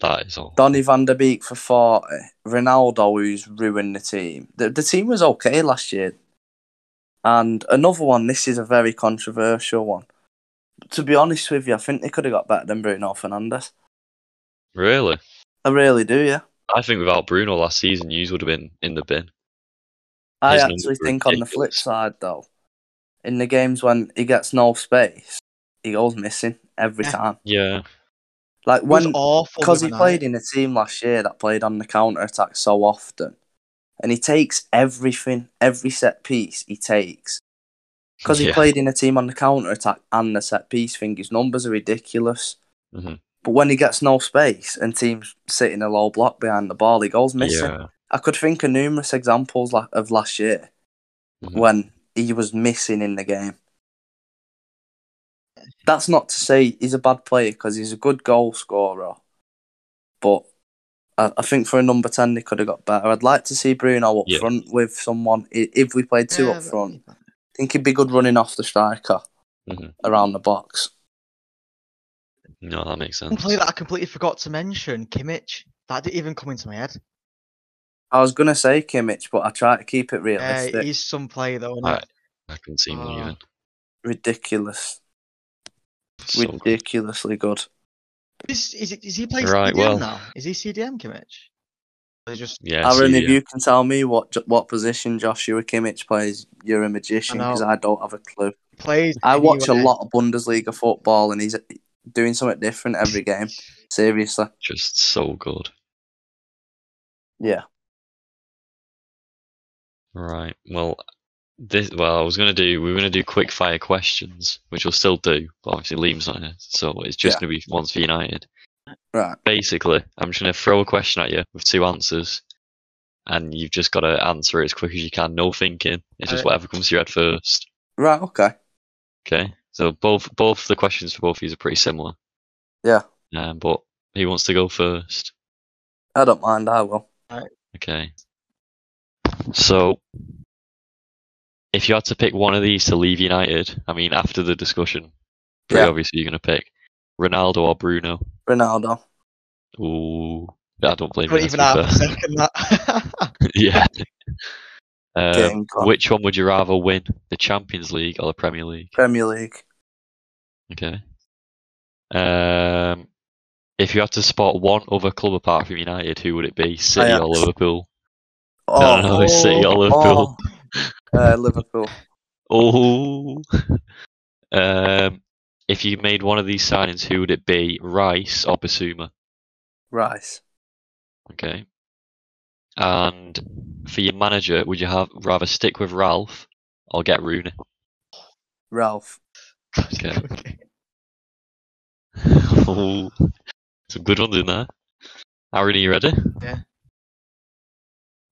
That is all. Donny Van der Beek for forty, Ronaldo, who's ruined the team. The, the team was okay last year, and another one. This is a very controversial one. To be honest with you, I think they could have got better than Bruno Fernandes. Really? I really do, yeah. I think without Bruno last season, you would have been in the bin. I His actually numbers are think on the flip ridiculous. side, though, in the games when he gets no space, he goes missing every Yeah. time. Yeah. Like It was when awful because he the other played night. in a team last year that played on the counter attack so often, and he takes everything, every set piece he takes. Because he Yeah. played in a team on the counter attack and the set piece thing, his numbers are ridiculous. Mhm. But when he gets no space and teams sit in a low block behind the ball, he goes missing. Yeah. I could think of numerous examples la- of last year Mhm. when he was missing in the game. That's not to say he's a bad player because he's a good goal scorer, but I, I think for a number 10, they could have got better. I'd like to see Bruno up Yeah. front with someone. I- If we played two Yeah, up but- front, I think he'd be good running off the striker Mhm. around the box. No, that makes One sense. player that I completely forgot to mention, Kimmich. That didn't even come into my head. I was going to say Kimmich, but I try to keep it Yeah, realistic. Uh, he's some player though. isn't he? Alright. I can see him Ah. leaving. ridiculous. So good. Ridiculously good. Is, is, it, is he playing Right, well. CDM now? Is he CDM Kimmich? Or is he just Yeah, Aaron, see, if yeah. you can tell me what what position Joshua Kimmich plays, you're a magician I know. because I don't have a clue. plays. I watch a anywhere. lot of Bundesliga football, and he's doing something different every game. Seriously, just so good. yeah. Right. Well, this. Well, I was gonna do. We were gonna do quick fire questions, which we'll still do. But obviously, Liam's not here, so it's just Yeah. gonna be ones for United. Right. Basically, I'm just gonna throw a question at you with two answers, and you've just got to answer it as quick as you can. No thinking. It's just Alright. whatever comes to your head first. Right. Okay. Okay. So both both the questions for both of you are pretty similar. Yeah. Um, but who wants to go first? I don't mind. I will. Okay. So, if you had to pick one of these to leave United, I mean, after the discussion, pretty Yeah. obviously you're going to pick Ronaldo or Bruno. Ronaldo. Ooh, I don't blame you. Couldn't there, to even be half a fair. second that. <laughs> <laughs> yeah. Um, Game plan. which one would you rather win, the Champions League or the Premier League? Premier League. Okay. Um, if you had to spot one other club apart from United, who would it be? City or Ajax. Liverpool? Oh, no, no, City or Liverpool. oh. Uh, Liverpool. Oh. <laughs> um, if you made one of these signings, who would it be? Rice or Basuma? Rice. Okay. And for your manager, would you have rather stick with Ralph or get Rooney? <laughs> Ralph. Okay. Ooh. Some good ones in there. Aaron, are you ready? Yeah.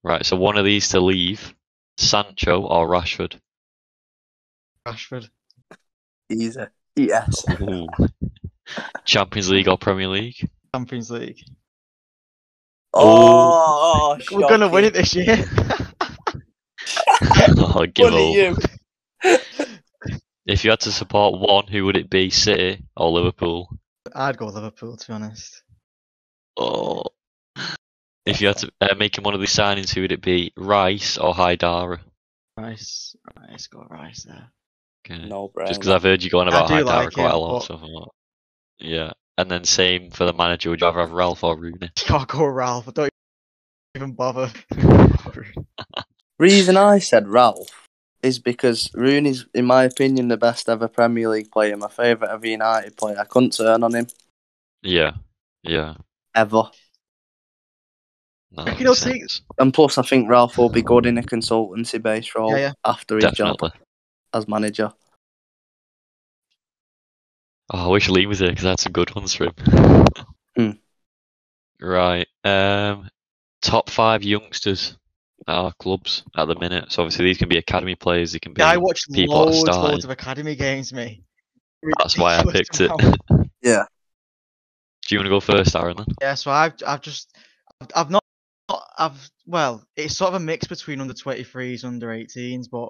Right, so one of these to leave Sancho or Rashford? Rashford. Easy. Yes. Ooh. Champions League or Premier League? <laughs> Champions League. Oh, We're gonna win it shocking. this year. <laughs> oh, give Funny up. you. If you had to support one, who would it be? City or Liverpool? I'd go Liverpool to be honest. Oh. If you had to uh, make him one of these signings, who would it be? Rice or Haidara? Rice, Rice, go Rice there. <laughs> <laughs> Okay. No Just because brainer. I've heard you going I about do Haidara like quite him, a lot. but- So I thought- yeah. And then same for the manager. Would you rather have Ralph or Rooney? Can't go Ralph. I don't <laughs> even bother. <laughs> Reason I said Ralph is because Rooney's, in my opinion, the best ever Premier League player, my favourite ever United player. I couldn't turn on him Yeah. Yeah. ever. No, Reckon that he'll makes take- sense. And plus, I think Ralph will be good in a consultancy based role Yeah, yeah. after his job Definitely. as manager. Oh, I wish Liam was here because I had some good ones for him. Hmm. Right. Um, top five youngsters at our clubs at the minute. So obviously these can be academy players. They can be. Yeah, I watched people are loads, starting. loads of academy games, me. That's why I Ridiculous picked it. amount. <laughs> Do Yeah. you want to go first, Aaron? Then? Yeah, so I've I've just I've, I've not I've well, it's sort of a mix between under 23s, under 18s, but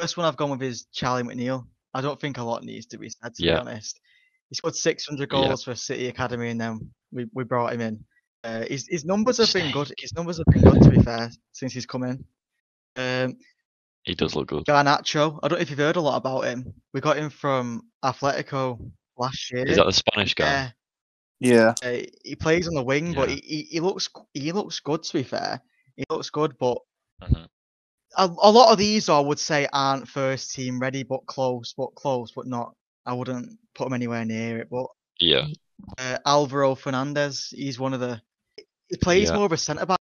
first one I've gone with is Charlie McNeil. I don't think a lot needs to be said to Yeah. be honest. He scored 600 Yeah. goals for City Academy, and then we, we brought him in. Uh, his his numbers have been good. His numbers have been good to be fair since he's come in. Um, He does look good. Garnacho, I don't know if you've heard a lot about him. We got him from Atletico last year. Is that the Spanish guy? yeah, Yeah. Uh, he plays on the wing, but Yeah. he, he, he looks he looks good. To be fair, he looks good, but Mhm. a, a lot of these I would say aren't first team ready, but close, but close, but not. I wouldn't put him anywhere near it. But Yeah, uh, Alvaro Fernandez, he's one of the. He plays Yeah. more of a centre back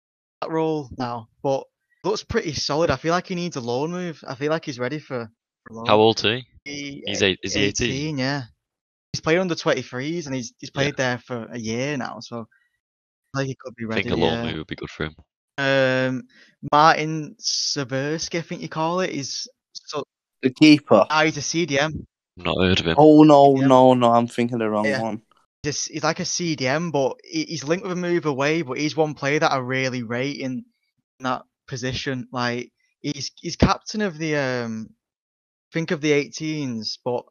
role now, but looks pretty solid. I feel like he needs a loan move. I feel like he's ready for. for loan. how old is he? He- eh, He's eight. Is he eighteen? yeah. He's played under 23s and he's he's played there for a year now, so I think he could be I ready. think a loan yeah. move would be good for him. Um, Martin Seversky, I think you call it, is so The keeper. I he's a CDM. I've not heard of him. Oh no, Yeah. no, no! I'm thinking the wrong Yeah. one. He's, a- he's like a CDM, but he, he's linked with a move away. But he's one player that I really rate in, in that position. Like he's he's captain of the um, think of the 18s, but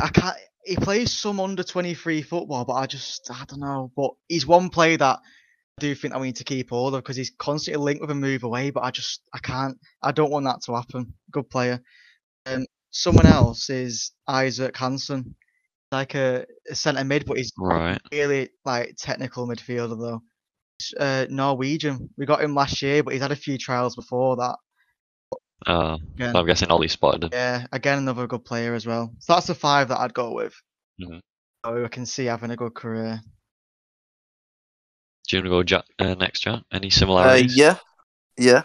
I can't. He plays some under 23 football, but I just I don't know. But he's one player that I do think I need to keep hold of because he's constantly linked with a move away. But I just I can't. I don't want that to happen. Good player. Um, someone else is Isaac Hansen, like a, a centre mid, but he's Right. really like technical midfielder though. S- Uh, Norwegian. We got him last year, but he's had a few trials before that. Uh, Yeah. I'm guessing Ollie spotted him. Yeah, again another good player as well. So that's the five that I'd go with. Mhm. So I can see having a good career. Do you want to go Jack, uh, next, Jack? Any Uh, similarities? yeah, yeah.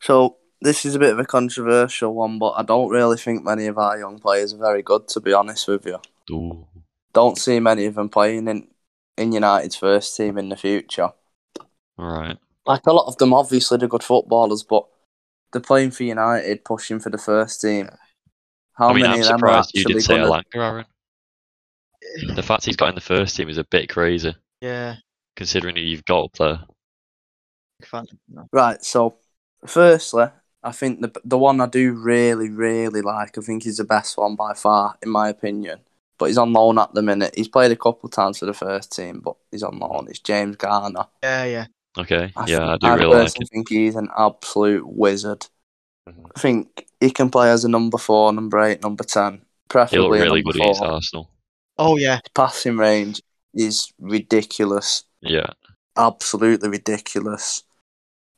So this is a bit of a controversial one, but I don't really think many of our young players are very good. To be honest with you, Ooh. don't see many of them playing in in United's first team in the future. Right. Like a lot of them, obviously they're good footballers, but they're playing for United, pushing for the first team. How I mean, many I'm of them are surprised you actually didn't say going to? Alanga, Aaron. The fact he's got in the first team is a bit crazy, Yeah, considering who you've got up there. big fan. No. Right. So, firstly, I think the the one I do really, really like, I think he's the best one by far, in my opinion. But he's on loan at the minute. He's played a couple of times for the first team, but he's on loan. It's James Garner. Yeah, yeah. Okay. I yeah, I think- do really like personally it. think he's an absolute wizard. Mhm. I think he can play as a number four, number eight, number ten, He looked preferably a really number good against four. Arsenal. Oh yeah. His passing range is ridiculous Yeah. absolutely ridiculous.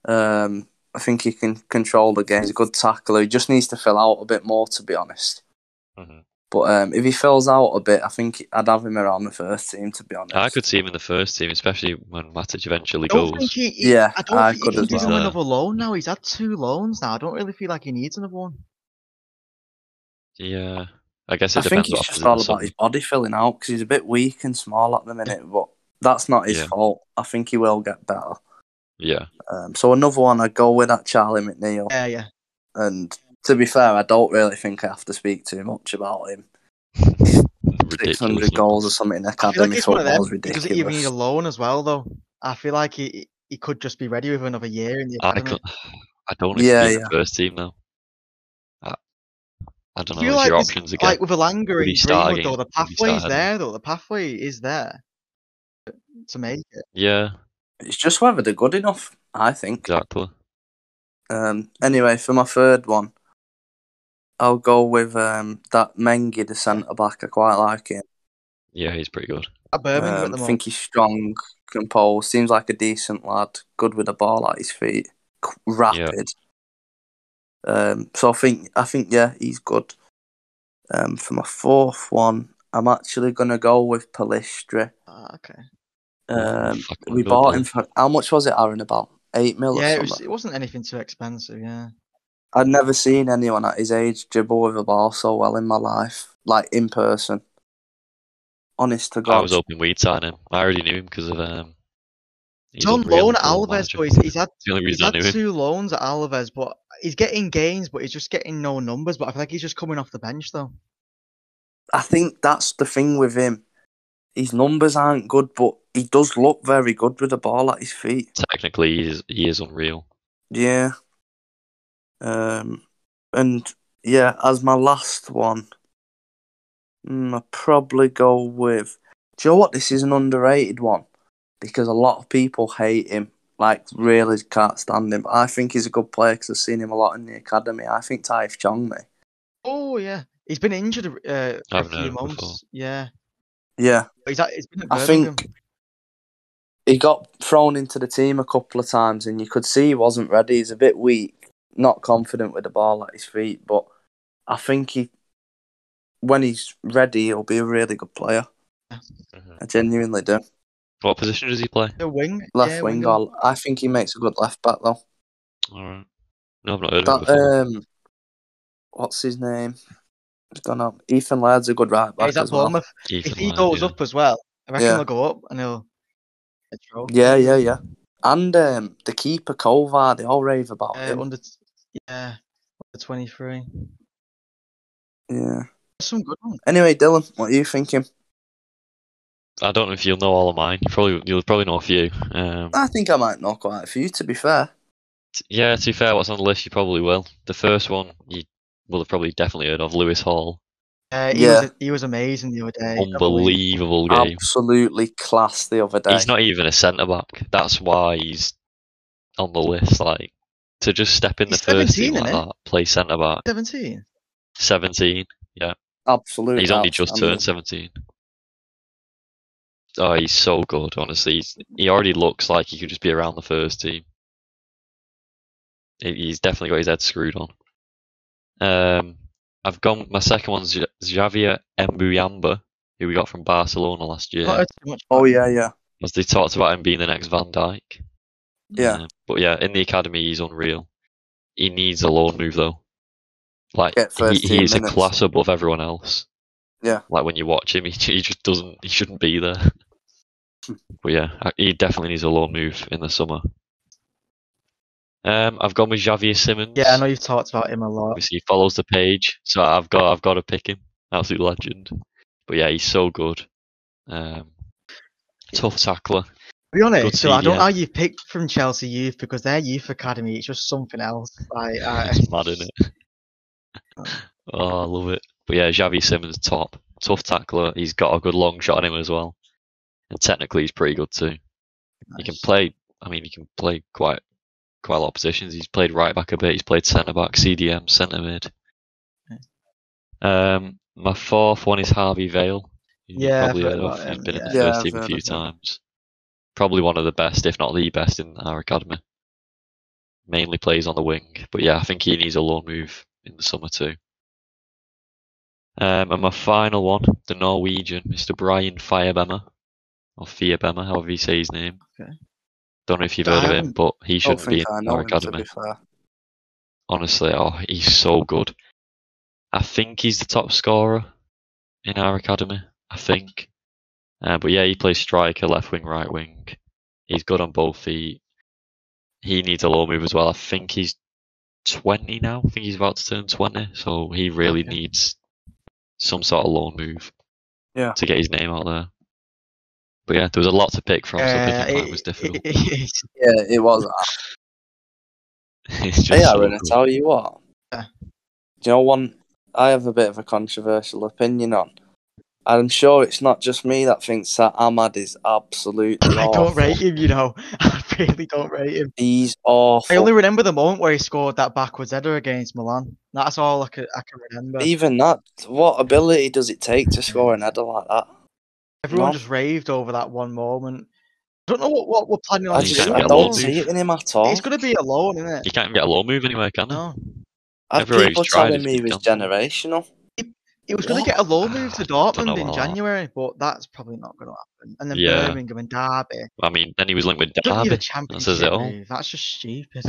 Um, I think he can control the game. He's a good tackler. He just needs to fill out a bit more, to be honest. Mhm. But um, if he fills out a bit, I think I'd have him around the first team, to be honest. I could see him in the first team, especially when Matic eventually I don't goes. think he, he- Yeah, I don't I think could he as needs well. Yeah. another loan now. He's had two loans now. I don't really feel like he needs another one. Yeah. I guess I it think depends it's what happens just in all the about summer. his body filling out because he's a bit weak and small at the minute, but that's not his Yeah. fault. I think he will get better. Yeah. Um, so another one, I'd go with that Charlie McNeil. Yeah, yeah. And to be fair, I don't really think I have to speak too much about him. Ridiculous. 600 numbers. goals or something in I feel academy like it's one of them. football is He doesn't even need ridiculous. a loan as well though. I feel like he he could just be ready with another year in the I, academy. cou- I don't Yeah, yeah, yeah. the first team now. I, I don't know. feel Is like your this- options again? Like with Alanga Would he and start Greenwood though, the again? Would he pathway is start there though. The pathway is there to make it. yeah, It's just whether they're good enough, I think. exactly. Um, anyway, for my third one, I'll go with um, that Mengi, the centre back. I quite like him. Yeah, he's pretty good. At Birmingham at Um, the I moment. think he's strong, composed, seems like a decent lad, good with the ball at his feet, c- rapid. Um, so I think I think yeah, he's good. Um, for my fourth one, I'm actually gonna go with Palistri. Ah, okay. Um, Fuck, what a we good bought lad. him for how much was it, Aaron? About eight mil or Yeah, it, something. was, it wasn't anything too expensive. Yeah. I'd never seen anyone at his age dribble with a ball so well in my life, like in person. Honest to I God. was hoping we'd sign him. I already knew him because of um. He's on unreal loan at as a loan Alves, manager. but he's, <laughs> he's had It's the only he's reason I had knew him. two loans at Alves, but he's getting gains, but he's just getting no numbers. But I feel like he's just coming off the bench though. I think that's the thing with him. His numbers aren't good, but he does look very good with the ball at his feet. Technically, he is, he is unreal. Yeah. Um, and yeah, as my last one, mm, I'll probably go with. Do you know what? This is an underrated one because a lot of people hate him. Like, really can't stand him. But I think he's a good player because I've seen him a lot in the academy. I think Taif Chong, me. Oh yeah, he's been injured uh, for a I've few known him before. months. Yeah, Yeah, He's, had- he's been at I Birmingham. think he got thrown into the team a couple of times, and you could see he wasn't ready. He's a bit weak, not confident with the ball at his feet. But I think he, when he's ready, he'll be a really good player. I genuinely do. What position does he play? the wing Left yeah, wing, or, I think he makes a good left back though. All right. No, I've not heard of him uh, That, before. um, what's his name? He's gone up. Ethan Laird's a good right Yeah, back he's at as well. Bournemouth. Ethan If he Laird, goes yeah. up as well, I reckon Yeah. he'll go up and he'll. get a throw. Yeah, yeah, yeah. And um, the keeper Kovar, they all rave about Uh, him. under, t- yeah, under twenty three. yeah. Some good ones. Anyway, Dylan, what are you thinking? I don't know if you'll know all of mine. You probably you'll probably know a few. Um, Ah. I think I might know quite a few. To be fair, t- yeah, to be fair, what's on the list, you probably will. The first one you will have probably definitely heard of, Lewis Hall. Uh, he, Yeah. was, he was amazing the other day. I believe. Unbelievable game. absolutely class the other day. He's not even a centre back. That's why he's on the list. Like to just step in the He's first team 17, like innit? that, play centre back. Seventeen. Seventeen. absolutely. He's only just outstanding. turned seventeen. Oh, he's so good. Honestly, he's, he already looks like he could just be around the first team. He- He's definitely got his head screwed on. Um, I've gone. My second one's J- Xavier Mbuyamba, who we got from Barcelona last year. Not heard too much. Oh yeah, yeah, As they talked about him being the next Van Dyke. yeah. Uh, but yeah, in the academy, he's unreal. He needs a loan move though. Like Get he, first he team is a minutes. class above everyone else. Yeah. Like when you watch him, he, he just doesn't. He shouldn't be there. <laughs> Hmm. but yeah, I- he definitely needs a loan move in the summer. Um, I've gone with Xavier Simmons. Yeah, I know you've talked about him a lot. Obviously, he follows the page, so I've got I've got to pick him. Absolute legend. But yeah, he's so good. Um, tough tackler. To be honest, Good so I don't CDM. know how you picked from Chelsea Youth because their youth academy it's just something else. Like, I, It's mad, isn't it? <laughs> Oh, I love it. But yeah, Xavi Simmons top. Tough tackler. He's got a good long shot on him as well. And technically he's pretty good too. He can play I mean he can play quite quite a lot of positions. He's played right back a bit, he's played centre back, CDM, centre mid. Um my fourth one is Harvey Vale. who you Yeah, I've probably heard heard about of. He's him, been in the yeah. Yeah, first I've team a heard few of him. times. Probably one of the best, if not the best, in our academy. Mainly plays on the wing, but yeah, I think he needs a loan move in the summer too. Um, and my final one, the Norwegian, Mr. Brian Firebemmer, or Firebemmer, however you say his name. Okay. Don't know if you've I heard of him, haven't- Oh, but he Don't shouldn't be think in I know our him. To be academy. fair, Honestly, oh, he's so good. I think he's the top scorer in our academy. I think. Uh, but yeah, he plays striker, left wing, right wing. He's good on both feet. He needs a low move as well. I think he's 20 now. I think he's about to turn 20, so he really Okay. needs some sort of loan move Yeah. to get his name out there. But yeah, there was a lot to pick from, so uh, picking mine was <laughs> difficult. <laughs> it's- yeah, it was. It's just Hey, so Aaron, I good. tell you what. Yeah. Do you know one? I have a bit of a controversial opinion on. I'm sure it's not just me that thinks that Ahmad is <coughs> absolutely I awful. don't rate him, you know. <laughs> I really don't rate him. He's awful. I only remember the moment where he scored that backwards header against Milan. That's all I can, I can remember. Even that, what ability does it take to score an header like that? Everyone No. just raved over that one moment. I don't know what, what we're planning on I He's just, gonna I be a don't loser. see it in him at all. It's going to be alone, isn't it? You can't even get a loan move anywhere, can you? No. I've everywhere people he's tried, telling he's me he been was done. generational. He was going to What? get a loan <sighs> move to don't know Dortmund in about that. January, but that's probably not going to happen. And then Yeah. Birmingham and Derby. I mean, then he was linked with Don't need a Derby. championship all. move. That's just stupid.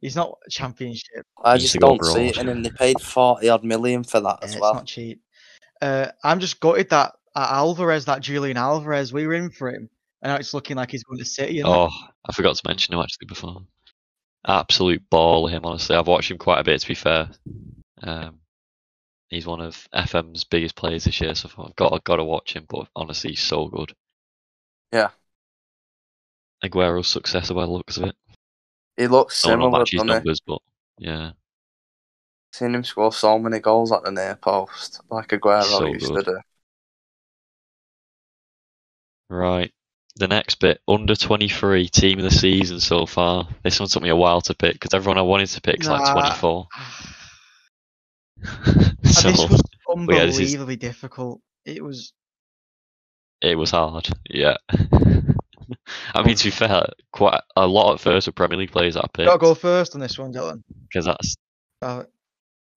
He's not a championship. I Needs just to go don't overall. see it in him. They paid 40 odd million for that Yeah, as it's well. not cheap. Uh, I'm just gutted that uh, Alvarez, that Julian Alvarez, we were in for him, and now it's looking like he's going to City. isn't it? Oh, I forgot to mention him actually before. Absolute ball, him, honestly. I've watched him quite a bit, to be fair. Um, he's one of FM's biggest players this year, so I've got, I've got to watch him, but honestly, he's so good. Yeah. Aguero's successor by the looks of it. He looks Don't similar, want to match his doesn't he? numbers, but yeah. Seen him score so many goals at the near post, like Aguero So used good. to do. Right. The next bit, under 23 team of the season so far. This one took me a while to pick because everyone I wanted to pick is Nah. like <laughs> 24. <sighs> And so, this was yeah, this is- unbelievably difficult. It was It was hard. Yeah. <laughs> I mean, to be fair, quite a lot at first of Premier League players that I Gotta picked go first on this one, Dylan. because that's. Uh,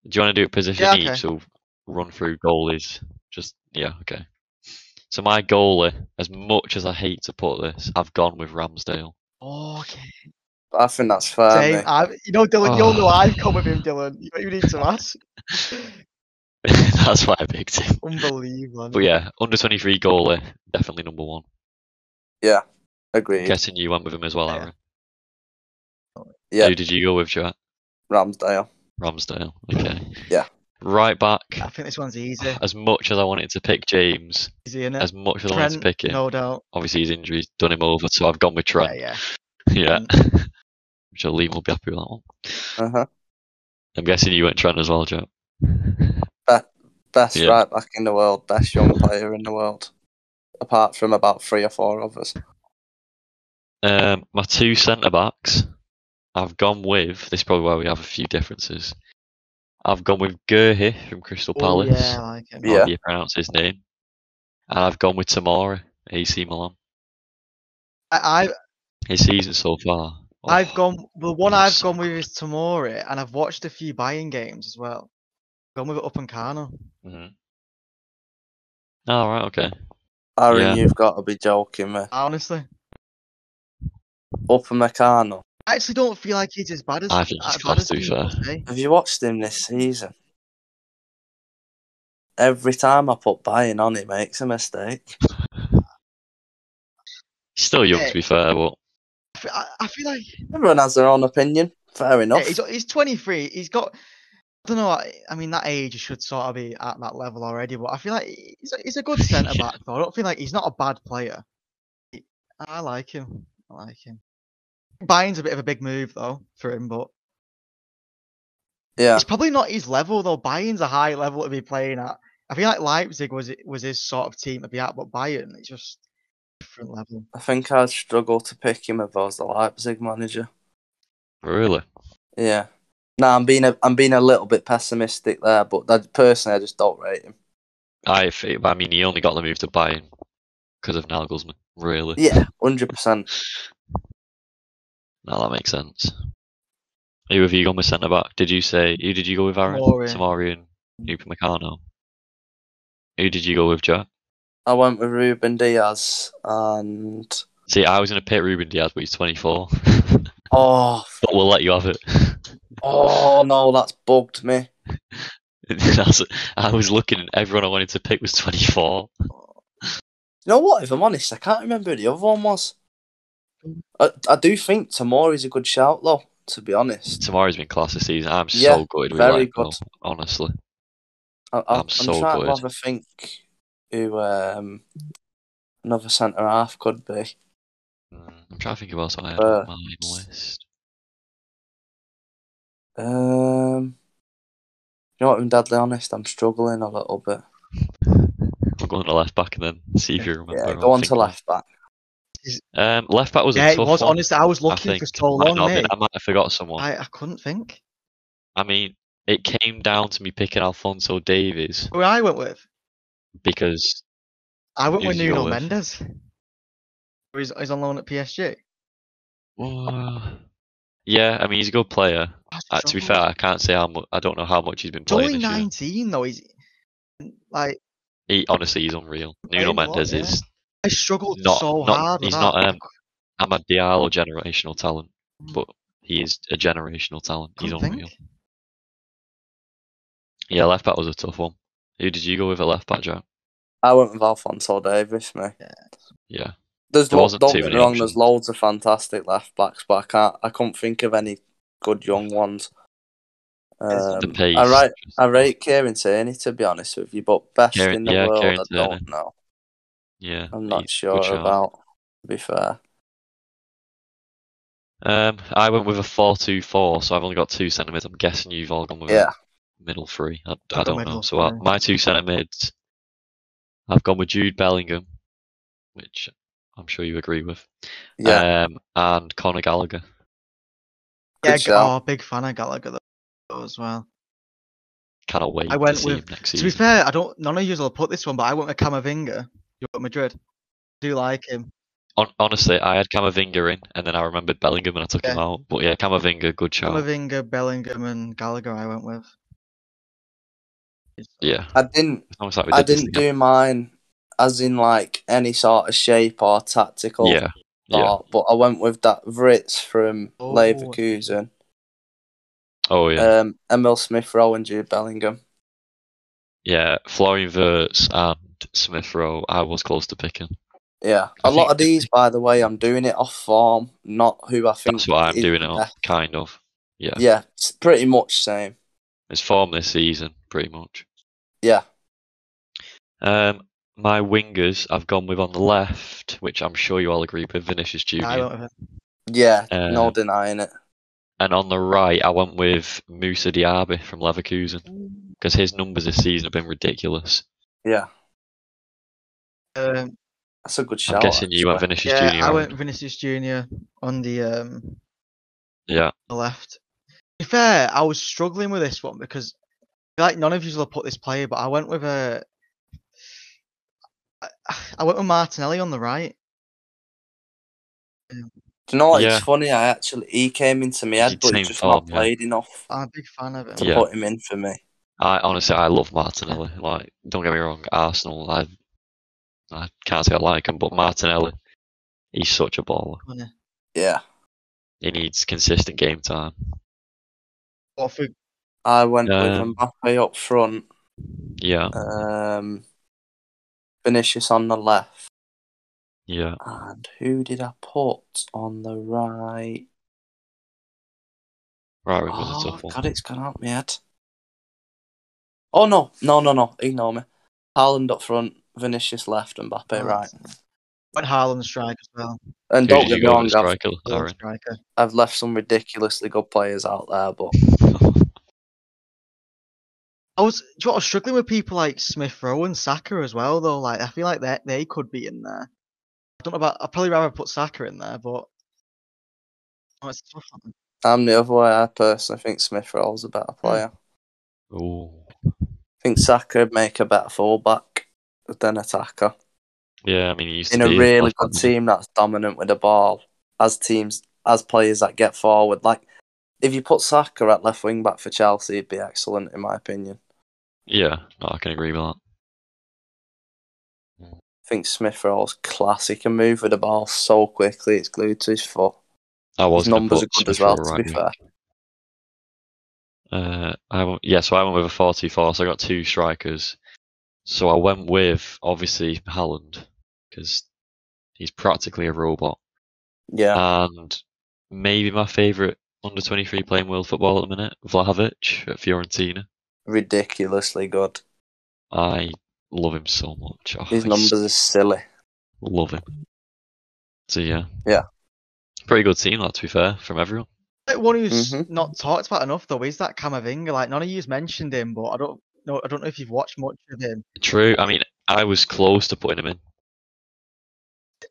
Do you want to do it position Yeah, okay. each? So run through goalies. Just yeah, okay. So my goalie, as much as I hate to put this, I've gone with Ramsdale. <laughs> okay. I think that's fair. Same. mate. I, you know, Dylan, you'll know Oh. I've come with him, Dylan. You don't even need <laughs> to ask. That's why I picked him. Unbelievable. But yeah, under twenty three goalie, definitely number one. Agreed. Guessing you went with him as well, Yeah. Aaron. Yeah. Who did you go with, Jack? Ramsdale. Ramsdale. Okay. Yeah. Right back. I think this one's easy. As much as I wanted to pick James, Easy, innit? as much as I wanted to pick him, no doubt. obviously his injuries done him over, so I've gone with Yeah, Trent. yeah. <laughs> Yeah. Mm. <laughs> Which I'll leave will be happy with that one. Uh huh. I'm guessing you went Trent as well, Joe. Best Yeah. right back in the world. Best young player in the world. Apart from about three or four of us. Um, my two centre backs, I've gone with. This is probably where we have a few differences. I've gone with Gurhi from Crystal Oh, Palace. yeah, I like him. How Yeah. do you pronounce his name? And I've gone with Tamara, AC Milan. I, I, His season so far. oh, I've gone. The one I've yes. gone with is Tamori, and I've watched a few buying games as well. Gone with it up and Carno. mhm. Oh, right, okay. Aaron, Yeah. you've got to be joking me. Honestly, Upper Meccano. I actually don't feel like he's as bad as. I think he's as class, bad as to be people fair. say. Have you watched him this season? Every time I put buying on, he makes a mistake. He's still young, to Yeah. be fair, but I fe- I, I feel like Everyone has their own opinion. Fair yeah, enough. he's, he's 23. He's got. I don't know. I, I mean, that age you should sort of be at that level already. But I feel like he's a, he's a good centre <laughs> Yeah. back. Though I don't feel like he's not a bad player. He- I like him. I like him. Buying's a bit of a big move though for him, but yeah. It's probably not his level though. Bayern's a high level to be playing at. I feel like Leipzig was was his sort of team to be at, but Bayern it's just different level. I think I'd struggle to pick him if I was the Leipzig manager. really. Yeah. No, I'm being a I'm being a little bit pessimistic there, but that, personally, I just don't rate him. I, f- I mean, he only got the move to Bayern because of Nagelsmann, really. Yeah, hundred percent. No, that makes sense. Who have you gone with centre back? Did you say who did you go with Aaron? Tomori. Tamari and Nupa Meccano. Who did you go with, Jack? I went with Ruben Diaz and See, I was gonna pick Ruben Diaz, but he's twenty four. <laughs> but oh we'll let you have it. <laughs> oh no, that's bugged me. That's- I was looking and everyone I wanted to pick was twenty four. You know what? If I'm honest, I can't remember who the other one was. I, I do think Tamori's a good shout though. To be honest, Tamari's been class this season. I'm Yeah, so good with very that goal, good. honestly. I, I, I'm I'm so trying good. to have a think who um, another centre half could be. Mm, I'm trying to think of else I had Uh, on my list. Um, you know what? I'm deadly honest. I'm struggling a little bit. I'll go on to left back and then see if you remember. Yeah, I'm go on to thinking. left back. Um, left back was yeah, a it tough was one. honestly. I I was looking for think. so Might long. not have been- mate. I might have forgot someone. I, I, I couldn't think. mean, it came down to me picking Alfonso Davies Who I went with? because I went Who with did you go Nuno with? Mendes. He's, he's on loan at PSG. uh, yeah, I mean he's a good player. That's Uh, to be so- fair, I can't say how much. I don't know how much he's been he's playing only this year. nineteen though. He's like He honestly, he's unreal. Nuno Playing a lot, Mendes yeah. is I struggled Not- so not- hard. with he's that. not, I um, cou- I'm a Diallo generational talent, Mm. but he is a generational talent. He's couldn't unreal. think. Yeah, left back was a tough one. Who did you go with at left back, Jack? I went with Alfonso Davis, mate. Yeah, There's There lo- wasn't don't too get me many wrong. options. There's loads of fantastic left backs, but I can't. I couldn't think of any good young ones. Um, the pace. I rate I rate Kieran Tierney to be honest with you, but best Kieran- in the yeah, world, Kieran I Tierney. don't know. yeah, I'm he's a not good sure shout. about. To be fair, Um, I went with a four-two-four, so I've only got two centre mids. I'm guessing you've all gone with yeah. a middle three. I, I got don't know. middle So I, three. my two centre mids, I've gone with Jude Bellingham, which I'm sure you agree with, Yeah, um, and Conor Gallagher. Good Yeah, g- shout. oh, big fan of Gallagher though as well. Cannot wait I went to see with- him next To be season. fair, I don't. None of you will put this one, but I went with Camavinga. You went with Madrid. do like him. Hon- honestly, I had Camavinga in, and then I remembered Bellingham, and I took him Yeah. out. But yeah, Camavinga, good shout. Camavinga, Bellingham, and Gallagher. I went with. Yeah, I didn't. as long as that we I did this didn't together. do mine as in like any sort of shape or tactical Yeah, yeah. thought, but I went with that Vritz from Oh. Leverkusen, Oh yeah, um, Emil Smith Rowe, and Jude Bellingham. yeah. Florian Wirtz and Smith Rowe. I was close to picking. Yeah, I a lot think- <laughs> of these, by the way, I'm doing it off form, not who I think. That's what I'm is doing. the It on, best. kind of. Yeah. Yeah, it's pretty much same. His form this season, pretty much. Yeah. Um, my wingers, I've gone with on the left, which I'm sure you all agree with, Vinicius Junior. I went with him. Yeah, Uh, no denying it. And on the right, I went with Musa Diaby from Leverkusen because his numbers this season have been ridiculous. Yeah, Um, that's a good shout. I'm guessing you went actually. Vinicius yeah, Junior. I went Vinicius Junior on the um Yeah, the left. To be fair, I was struggling with this one because I feel like none of you will have put this player, but I went with a. I I went with Martinelli on the right. Do you know what? Yeah. It's funny. I actually he came into my He's head, but same he's just form, not yeah. played enough I'm a big fan of him. to Yeah. put him in for me. I honestly I love Martinelli. Like, don't get me wrong, Arsenal. I I can't say I like him, but Martinelli, he's such a baller. Yeah, He needs consistent game time. What for I went Um, with Mbappe up front, Yeah, um, Vinicius on the left, yeah. and who did I put on the right? Right wing was a Oh tough one. God, it's gone out my head. Oh no, no, no, no! Ignore me. Haaland up front, Vinicius left, and Mbappe right. went Haaland strike as well. And Who don't did get you me go wrong, with, I've, striker? Haaland Aaron? striker. I've left some ridiculously good players out there, but I was, do you know what, I was struggling with people like Smith Rowe and Saka as well, though. Like, I feel like they they could be in there. I don't know about. I'd probably rather put Saka in there, but oh, it's a tough one. I'm the other way. I personally think Smith Rowe's a better player. <laughs> Ooh. I think Saka would make a better fullback than attacker Yeah, I mean, he used in to a be really good left-handed. team that's dominant with the ball. As teams, as players that get forward, like if you put Saka at left wing back for Chelsea, it'd be excellent in my opinion. Yeah, no, I can agree with that. I think Smith Rowe's classic and move with the ball so quickly it's glued to his foot. I was His gonna numbers are put good as Smith well, Rowe to right wing. be fair. Uh, I went, yeah, so I went with a 4-2-4, so I got two strikers. So I went with obviously Haaland because he's practically a robot, Uh, Yeah. and maybe my favourite under twenty three playing world football at the minute, Vlahovic at Fiorentina. Ridiculously good. I love him so much. Oh, His I numbers just are silly. love him. So yeah, Yeah. pretty good team that to be fair from everyone. Like one who's Mm-hmm. Mhm. not talked about enough though is that Camavinga. Like none of you's mentioned him, but I don't know. I don't know if you've watched much of him. True. I mean, I was close to putting him in.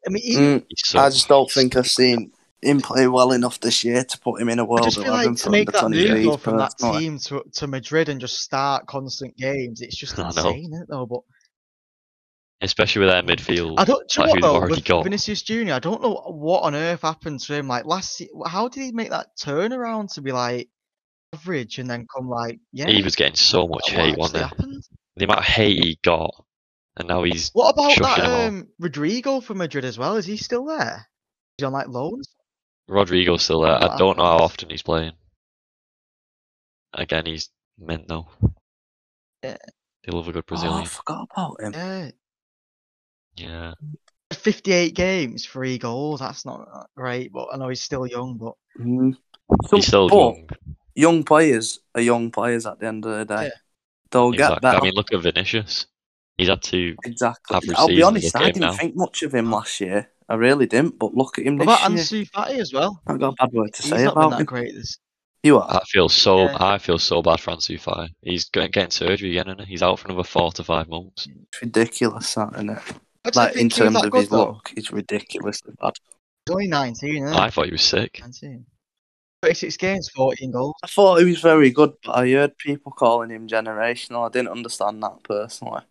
I mean, he, Mm, He's so I just don't think I've seen him play well enough this year to put him in a I world just feel 11 like for to under make that move 23s. though from that personally. team to to Madrid and just start constant games, it's just I know. insane, isn't it though? But especially with their midfield. I don't. Do you like who know what they've though? already With got. Vinicius Junior, I don't know what on earth happened to him. Like last, se- how did he make that turnaround to be like average and then come like yeah? He was getting so much what hate, actually wasn't he? happened? The amount of hate he got, and now he's What about that Shushing 'em all. um, Rodrigo for Madrid as well? Is he still there? He's on like loans. Rodrigo's still there. I Wow. don't know how often he's playing. Again, he's mint though. Yeah. They love a good Oh, I Brazilian. forgot about him. Yeah, yeah, 58 games, three goals. That's not that great, but I know he's still young. But Mm. he's still but young. young players are young players at the end of the day. Yeah. They'll get Exactly. better. I mean, look at Vinicius. He's had to. exactly. average I'll season, be look honest, at I him didn't now. think much of him last year. I really didn't, but look at him what this about year. Ansu Fati as well? I've got a bad word to He's say not been about that him. great. This You are. I feel so. Yeah. I feel so bad for Ansu Fati. He's go- getting surgery again, and he's out for another four to five months. It's ridiculous, that, isn't it? I didn't Like, think in he was terms that of good, his though. look, it's ridiculously bad. He's only 19, isn't he? I thought he was sick. 19. 36 games, 14 goals. I thought he was very good, but I heard people calling him generational. I didn't understand that personally.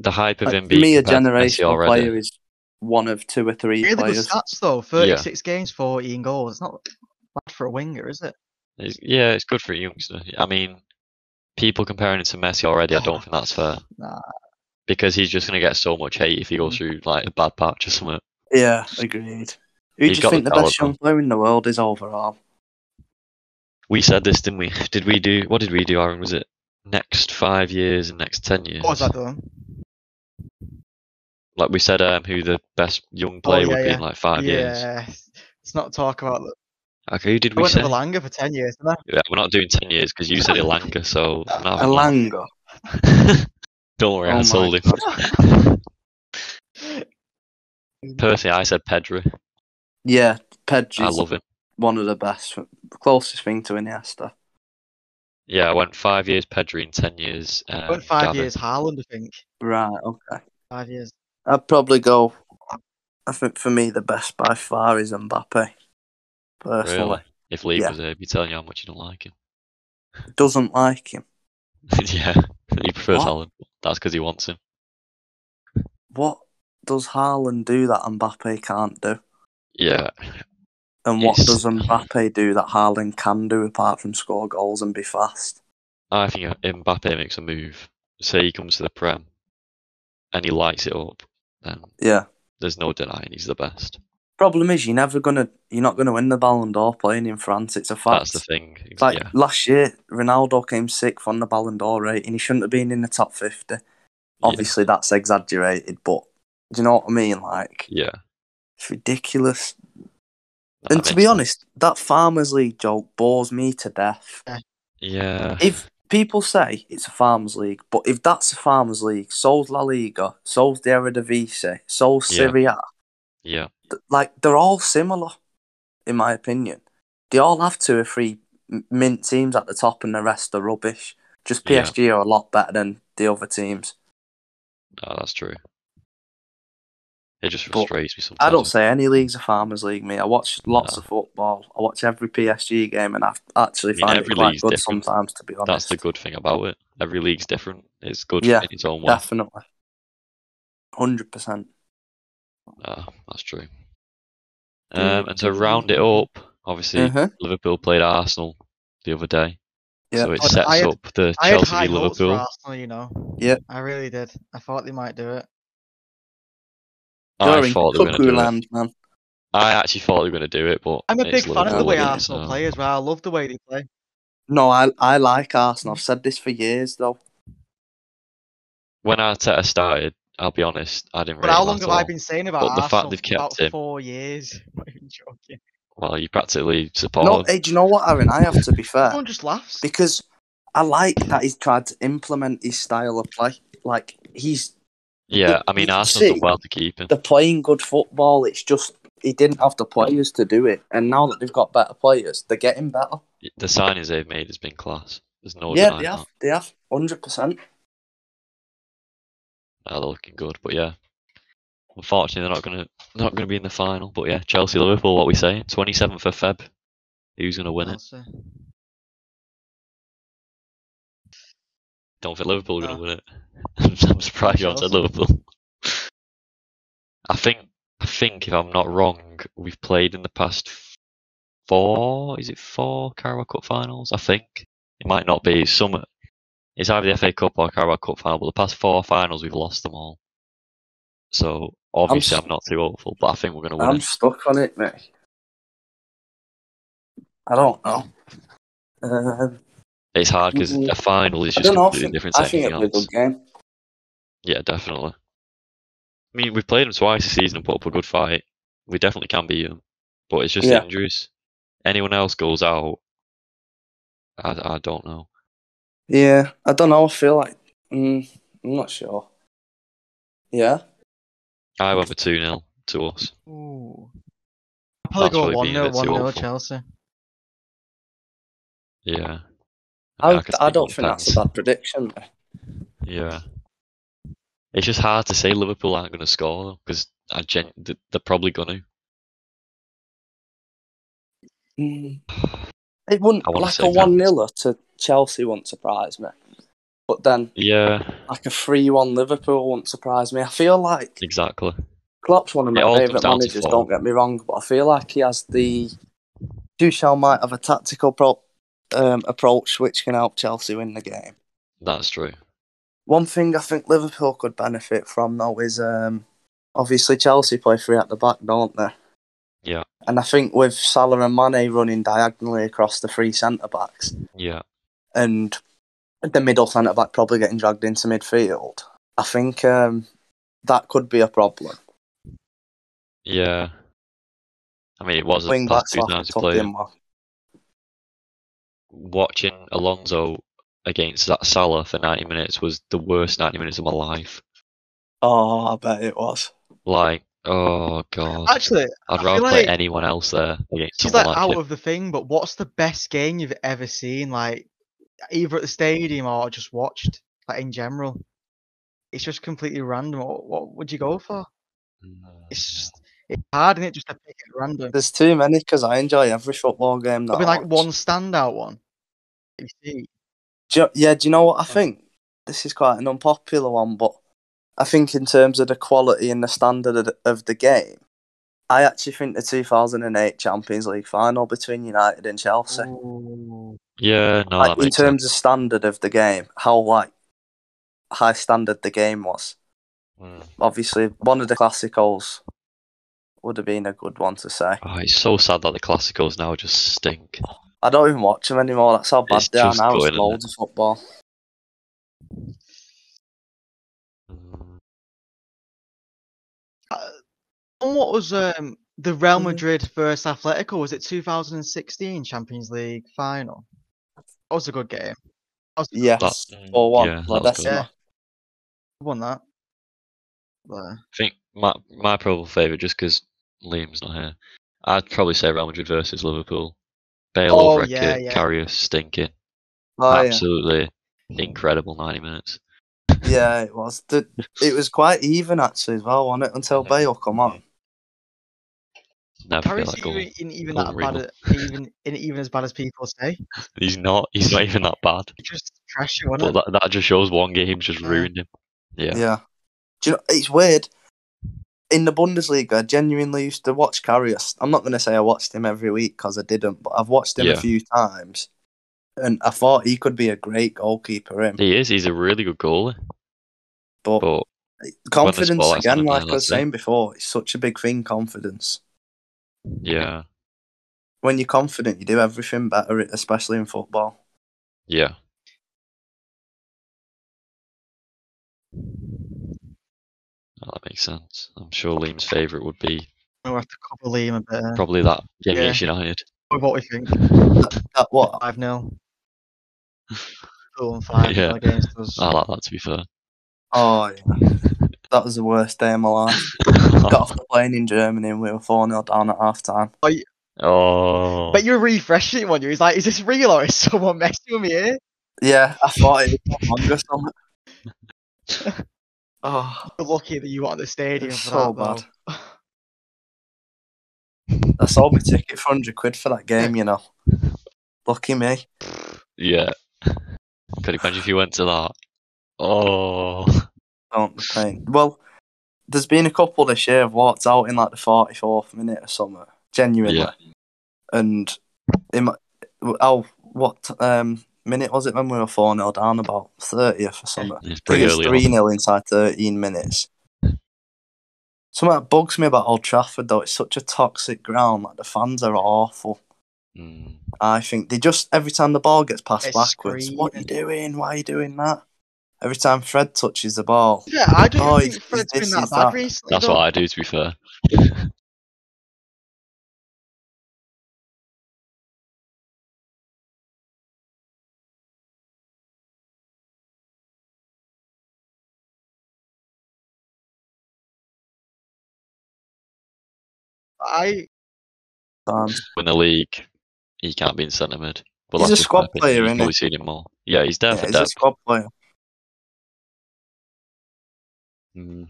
The hype of Like, him to being me, a compared to Messi generational already. player is one of two or three Really good players. stats though. Thirty-six games, fourteen goals. It's not bad for a winger, is it? It's, yeah, it's good for a youngster. I mean, people comparing it to Messi already, I don't think that's fair. <sighs> Nah. Mm. Because he's just going to get so much hate if he goes through like a bad patch or something. Yeah, agreed. Who He's do you got think the the best talent, young player in the world is overall? We said this, didn't we? <laughs> Did we do what did we do, Aaron? Was it next five years and next ten years? What was that doing? Like we said, um, who the best young player Oh, yeah, would be yeah. in like five years. yeah. Let's not talk about that. Okay, who did I we went say? to Langer for ten years, didn't I? Yeah, we're not doing ten years because you said Elanga, so I'm not having that. Elanga. <laughs> don't worry, Oh I my sold him. <laughs> Personally, I said Pedri. Yeah, Pedri's I love him. one of the best, closest thing to Iniesta. Yeah, I went five years Pedri and ten years. Um, I went five Gavi. years Haaland, I think. Right, okay. Five years. I'd probably go. I think for me, the best by far is Mbappe. Personally, Really? If Lee Yeah. was there, he'd be telling you how much you don't like him. <laughs> doesn't like him. yeah, he prefers What? Haaland. That's because he wants him. What does Haaland do that Mbappe can't do? Yeah, And what It's- does Mbappe do that Haaland can do apart from score goals and be fast? I think Mbappe makes a move. Say he comes to the Prem and he lights it up, then Yeah. there's no denying he's the best. Problem is, you're never gonna, you're not gonna win the Ballon d'Or playing in France. It's a fact. That's the thing. It's like yeah, last year, Ronaldo came sixth on the Ballon d'Or rating. He shouldn't have been in the top fifty. Obviously, that's exaggerated, but do you know what I mean? Like, yeah. it's ridiculous. that And to makes be sense. honest, that Farmers League joke bores me to death. yeah, If people say it's a Farmers League, but if that's a Farmers League, so's La Liga, so's the Eredivisie, so's Yeah. Serie A, yeah, th- like they're all similar, in my opinion. They all have two or three m- mint teams at the top, and the rest are rubbish. Just Yeah. PSG are a lot better than the other teams. no, that's true. It just But frustrates me sometimes. I don't say any league's a Farmers League, me. I watch lots No. of football. I watch every PSG game, and I actually I mean, find it every quite league's good different. sometimes, to be honest. That's the good thing about it. Every league's different. It's good Yeah, in its own way. Definitely. 100%. Ah, that's true. Um, and to round it up, obviously Mhm. Liverpool played Arsenal the other day, Yeah. so it Oh, sets I had- up the I had Chelsea high v hopes for Liverpool. Arsenal, you know. Yeah. I really did. I thought they might do it. I in thought they were going to cuckoo do it. land, man. I actually thought they were going to do it, but I'm a it's big fan of the Liverpool, way isn't it? Arsenal So- play as well. I love the way they play. No, I, I like Arsenal. I've said this for years, though. When Arteta started, I'll be honest, I didn't. But rate how him long at have I all. been saying about But the fact Arsenal? they've kept about him- four years. <laughs> I'm not even joking. Well, you practically support. No, him. hey, do you know what, Aaron? I have to be fair. Everyone just laughs. Because I like that he's tried to implement his style of play. Like, he's yeah, you- I mean you Arsenal's see- done well to keep him. they're playing good football. It's just he didn't have the players to do it. And now that they've got better players, they're getting better. The signings they've made has been class. There's no yeah, denying they Oh, that. have. They have. 100%. Uh, they're looking good, but yeah. Unfortunately, they're not gonna they're not gonna be in the final. But yeah, Chelsea, Liverpool. What we saying? Twenty seventh of Feb. Who's gonna win it? Chelsea. Don't think Liverpool are gonna Uh, No. win it. <laughs> I'm surprised you haven't said Chelsea. Liverpool. <laughs> I think I think if I'm not wrong, we've played in the past four. Is it four Carabao Cup finals? I think it might not be. Some it's either the FA Cup or Carabao Cup final. But the past four finals, we've lost them all. So obviously, s- I'm, not too hopeful, but I think we're gonna win I'm it. stuck on it, mate. I don't know. Um, It's hard because Mm, a final is I just don't know. I completely think, different to I think anything it'll be a else. good game. Yeah, definitely. I mean, we've played them twice this season and put up a good fight. We definitely can beat them, but it's just Yeah. injuries. Anyone else goes out, I, I don't know. Yeah, I don't know. I feel like mm, I'm not sure. Yeah, I went for 2 0 to us. Ooh. I'll probably That's go probably 1 being a 0, bit too 1 0 awful. Chelsea. Yeah. I, mean, I, could see don't both think that's a ends. bad prediction. Yeah. It's just hard to say Liverpool aren't going to score because gen- th- they're probably going to. Mm. It wouldn't I wanna like say a that. one 0 to Chelsea wouldn't surprise me, but then Yeah, like a three one Liverpool wouldn't surprise me. I feel like exactly. Klopp's one of my It all comes favourite down to managers. form. Don't get me wrong, but I feel like he has the Duchamp might have a tactical pro- um, approach which can help Chelsea win the game. That's true. One thing I think Liverpool could benefit from though is um, obviously Chelsea play three at the back, don't they? Yeah. And I think with Salah and Mane running diagonally across the three centre backs, Yeah. and the middle centre back probably getting dragged into midfield. I think um, that could be a problem. Yeah. I mean, it was the Wing past backs two off times he the top played. in one. Watching Alonso against that Salah for 90 minutes was the worst 90 minutes of my life. Oh, I bet it was. Like, oh god, Actually, I'd I rather feel play like anyone else there against she's someone like like, out him. of the thing, but what's the best game you've ever seen? Like either at the stadium or just watched, like in general. It's just completely random. What, what would you go for? Mm. It's just it's hard, is it, just to pick at random. There's too many because I enjoy every football game. That There'll be I like watch. one standout one. You see, Do you- yeah, do you know what I think? This is quite an unpopular one, but I think in terms of the quality and the standard of the, of the game, I actually think the 2008 Champions League final between United and Chelsea. Yeah, no, Oh, that like in makes sense. terms of standard of the game, how like high standard the game was. Mm. Obviously, one of the classicals would have been a good one to say. Oh, it's so sad that the classicals now just stink. I don't even watch them anymore. That's how bad It's they are just now. It's going, isn't it? loads of football. Mm. Uh, and what was um, the Real Mhm. Madrid versus Atletico? Was it 2016 Champions League final? That was a good game. That was a good- That, Yes, or one. yeah, that La was good. Decima. Yeah. Won that. But, I think my my probable favourite, just because Liam's not here, I'd probably say Real Madrid versus Liverpool. Bale Oh, over a yeah, kick, yeah. Carrius stinking, Oh, yeah. absolutely incredible ninety minutes. yeah, it was. The, it was quite even actually as well, wasn't it? Until Bale come on. Never feel Carries that goal. even, in even goal that real. bad, a- even in even as bad as people say. He's not. He's not even that bad. It's Just trash you, But wasn't it? that, that just shows one game's just Yeah. ruined him. Yeah. Yeah. Do you know? It's weird. In the Bundesliga, I genuinely used to watch Karius. I'm not going to say I watched him every week because I didn't, but I've watched him Yeah. a few times, and I thought he could be a great goalkeeper. Him, He is. He's a really good goalie. but But confidence spotlight's on again, him, like yeah, I was that's it. saying before, it's such a big thing. Confidence. yeah, When you're confident, you do everything better, especially in football. yeah. Oh, that makes sense. I'm sure Liam's favourite would be We'll have to cover Liam a bit uh, probably that game Yeah. against <laughs> United. with what we think. That what? 5 0. <laughs> Cool and 5 Yeah. against us. I like that to be fair. Oh, yeah. that was the worst day of my life. <laughs> Got off the plane in Germany and we were 4 0 down at half time. <laughs> oh, But you're refreshing one. You're he's like, is this real or is someone messing with me here? Yeah, I thought it was longer or something. oh. You're lucky that you were at the stadium It's for so that. though. bad. I sold my ticket for 100 quid for that game, you know. Lucky me. yeah. Could you imagine if you went to that? Oh, Don't complain. Well, there's been a couple this year I've walked out in like the 44th minute or something, genuinely. Yeah. And in my, oh, what um, minute was it when we were 4 0 down? About 30th or something. it's I think pretty it's early. 3 On. 0 inside 13 minutes. Something that bugs me about Old Trafford, though, it's such a toxic ground. Like, the fans are awful. Mm. I think they just every time the ball gets passed It's backwards, what are you screaming. doing? Why are you doing that? Every time Fred touches the ball, Yeah, I don't Oh, even is- think Fred's is been this- that is bad that- recently. That's though. what I do. To be fair, I <laughs> um, win the league, he can't be in centre mid. But He's that's a just squad my opinion, player, You've isn't he? probably seen him more. Yeah, he's there yeah, for he's a depth. squad player. Mm.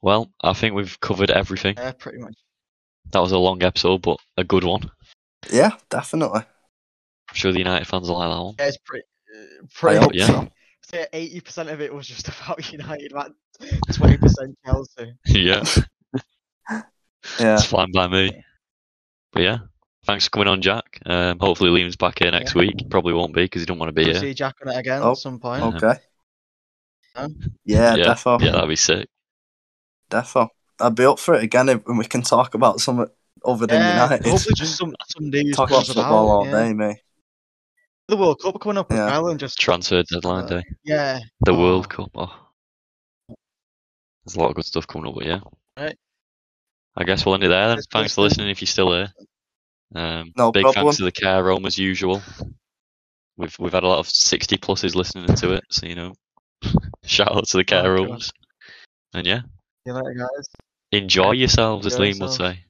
Well, I think we've covered everything. yeah, pretty much. That was a long episode, but a good one. I'm Yeah, definitely. sure the United fans will like that one. <laughs> Yeah, it's pretty, uh, pretty hope Yeah. so. say eighty percent of it was just <laughs> about United, like twenty percent Chelsea. yeah, Yeah. it's fine by me. But yeah, thanks for coming on, Jack. Um, hopefully Liam's back here next Yeah. week. He Probably won't be because he don't want to be We'll here. see Jack on it again Oh, at some point. oh. Okay. Yeah. Yeah, Yeah, defo. Yeah, that'd be sick. Defo. I'd be up for it again if, when we can talk about something other than Yeah, United. hopefully just some some news Talk about comes football all about, yeah. day, mate. The World Cup coming up as Yeah. well, and just Transfer deadline Uh, day. yeah, The Oh. World Cup. Oh. There's a lot of good stuff coming up, but yeah. Right. I guess we'll end it there then. Let's Thanks for listen. listening if you're still here. Um, No big problem. thanks to the care home as usual. We've we've had a lot of 60 pluses listening to it, so you know, <laughs> shout out to the care Oh, God. homes. And yeah, see you later, guys. enjoy yourselves, as Enjoy Liam would yourselves. say.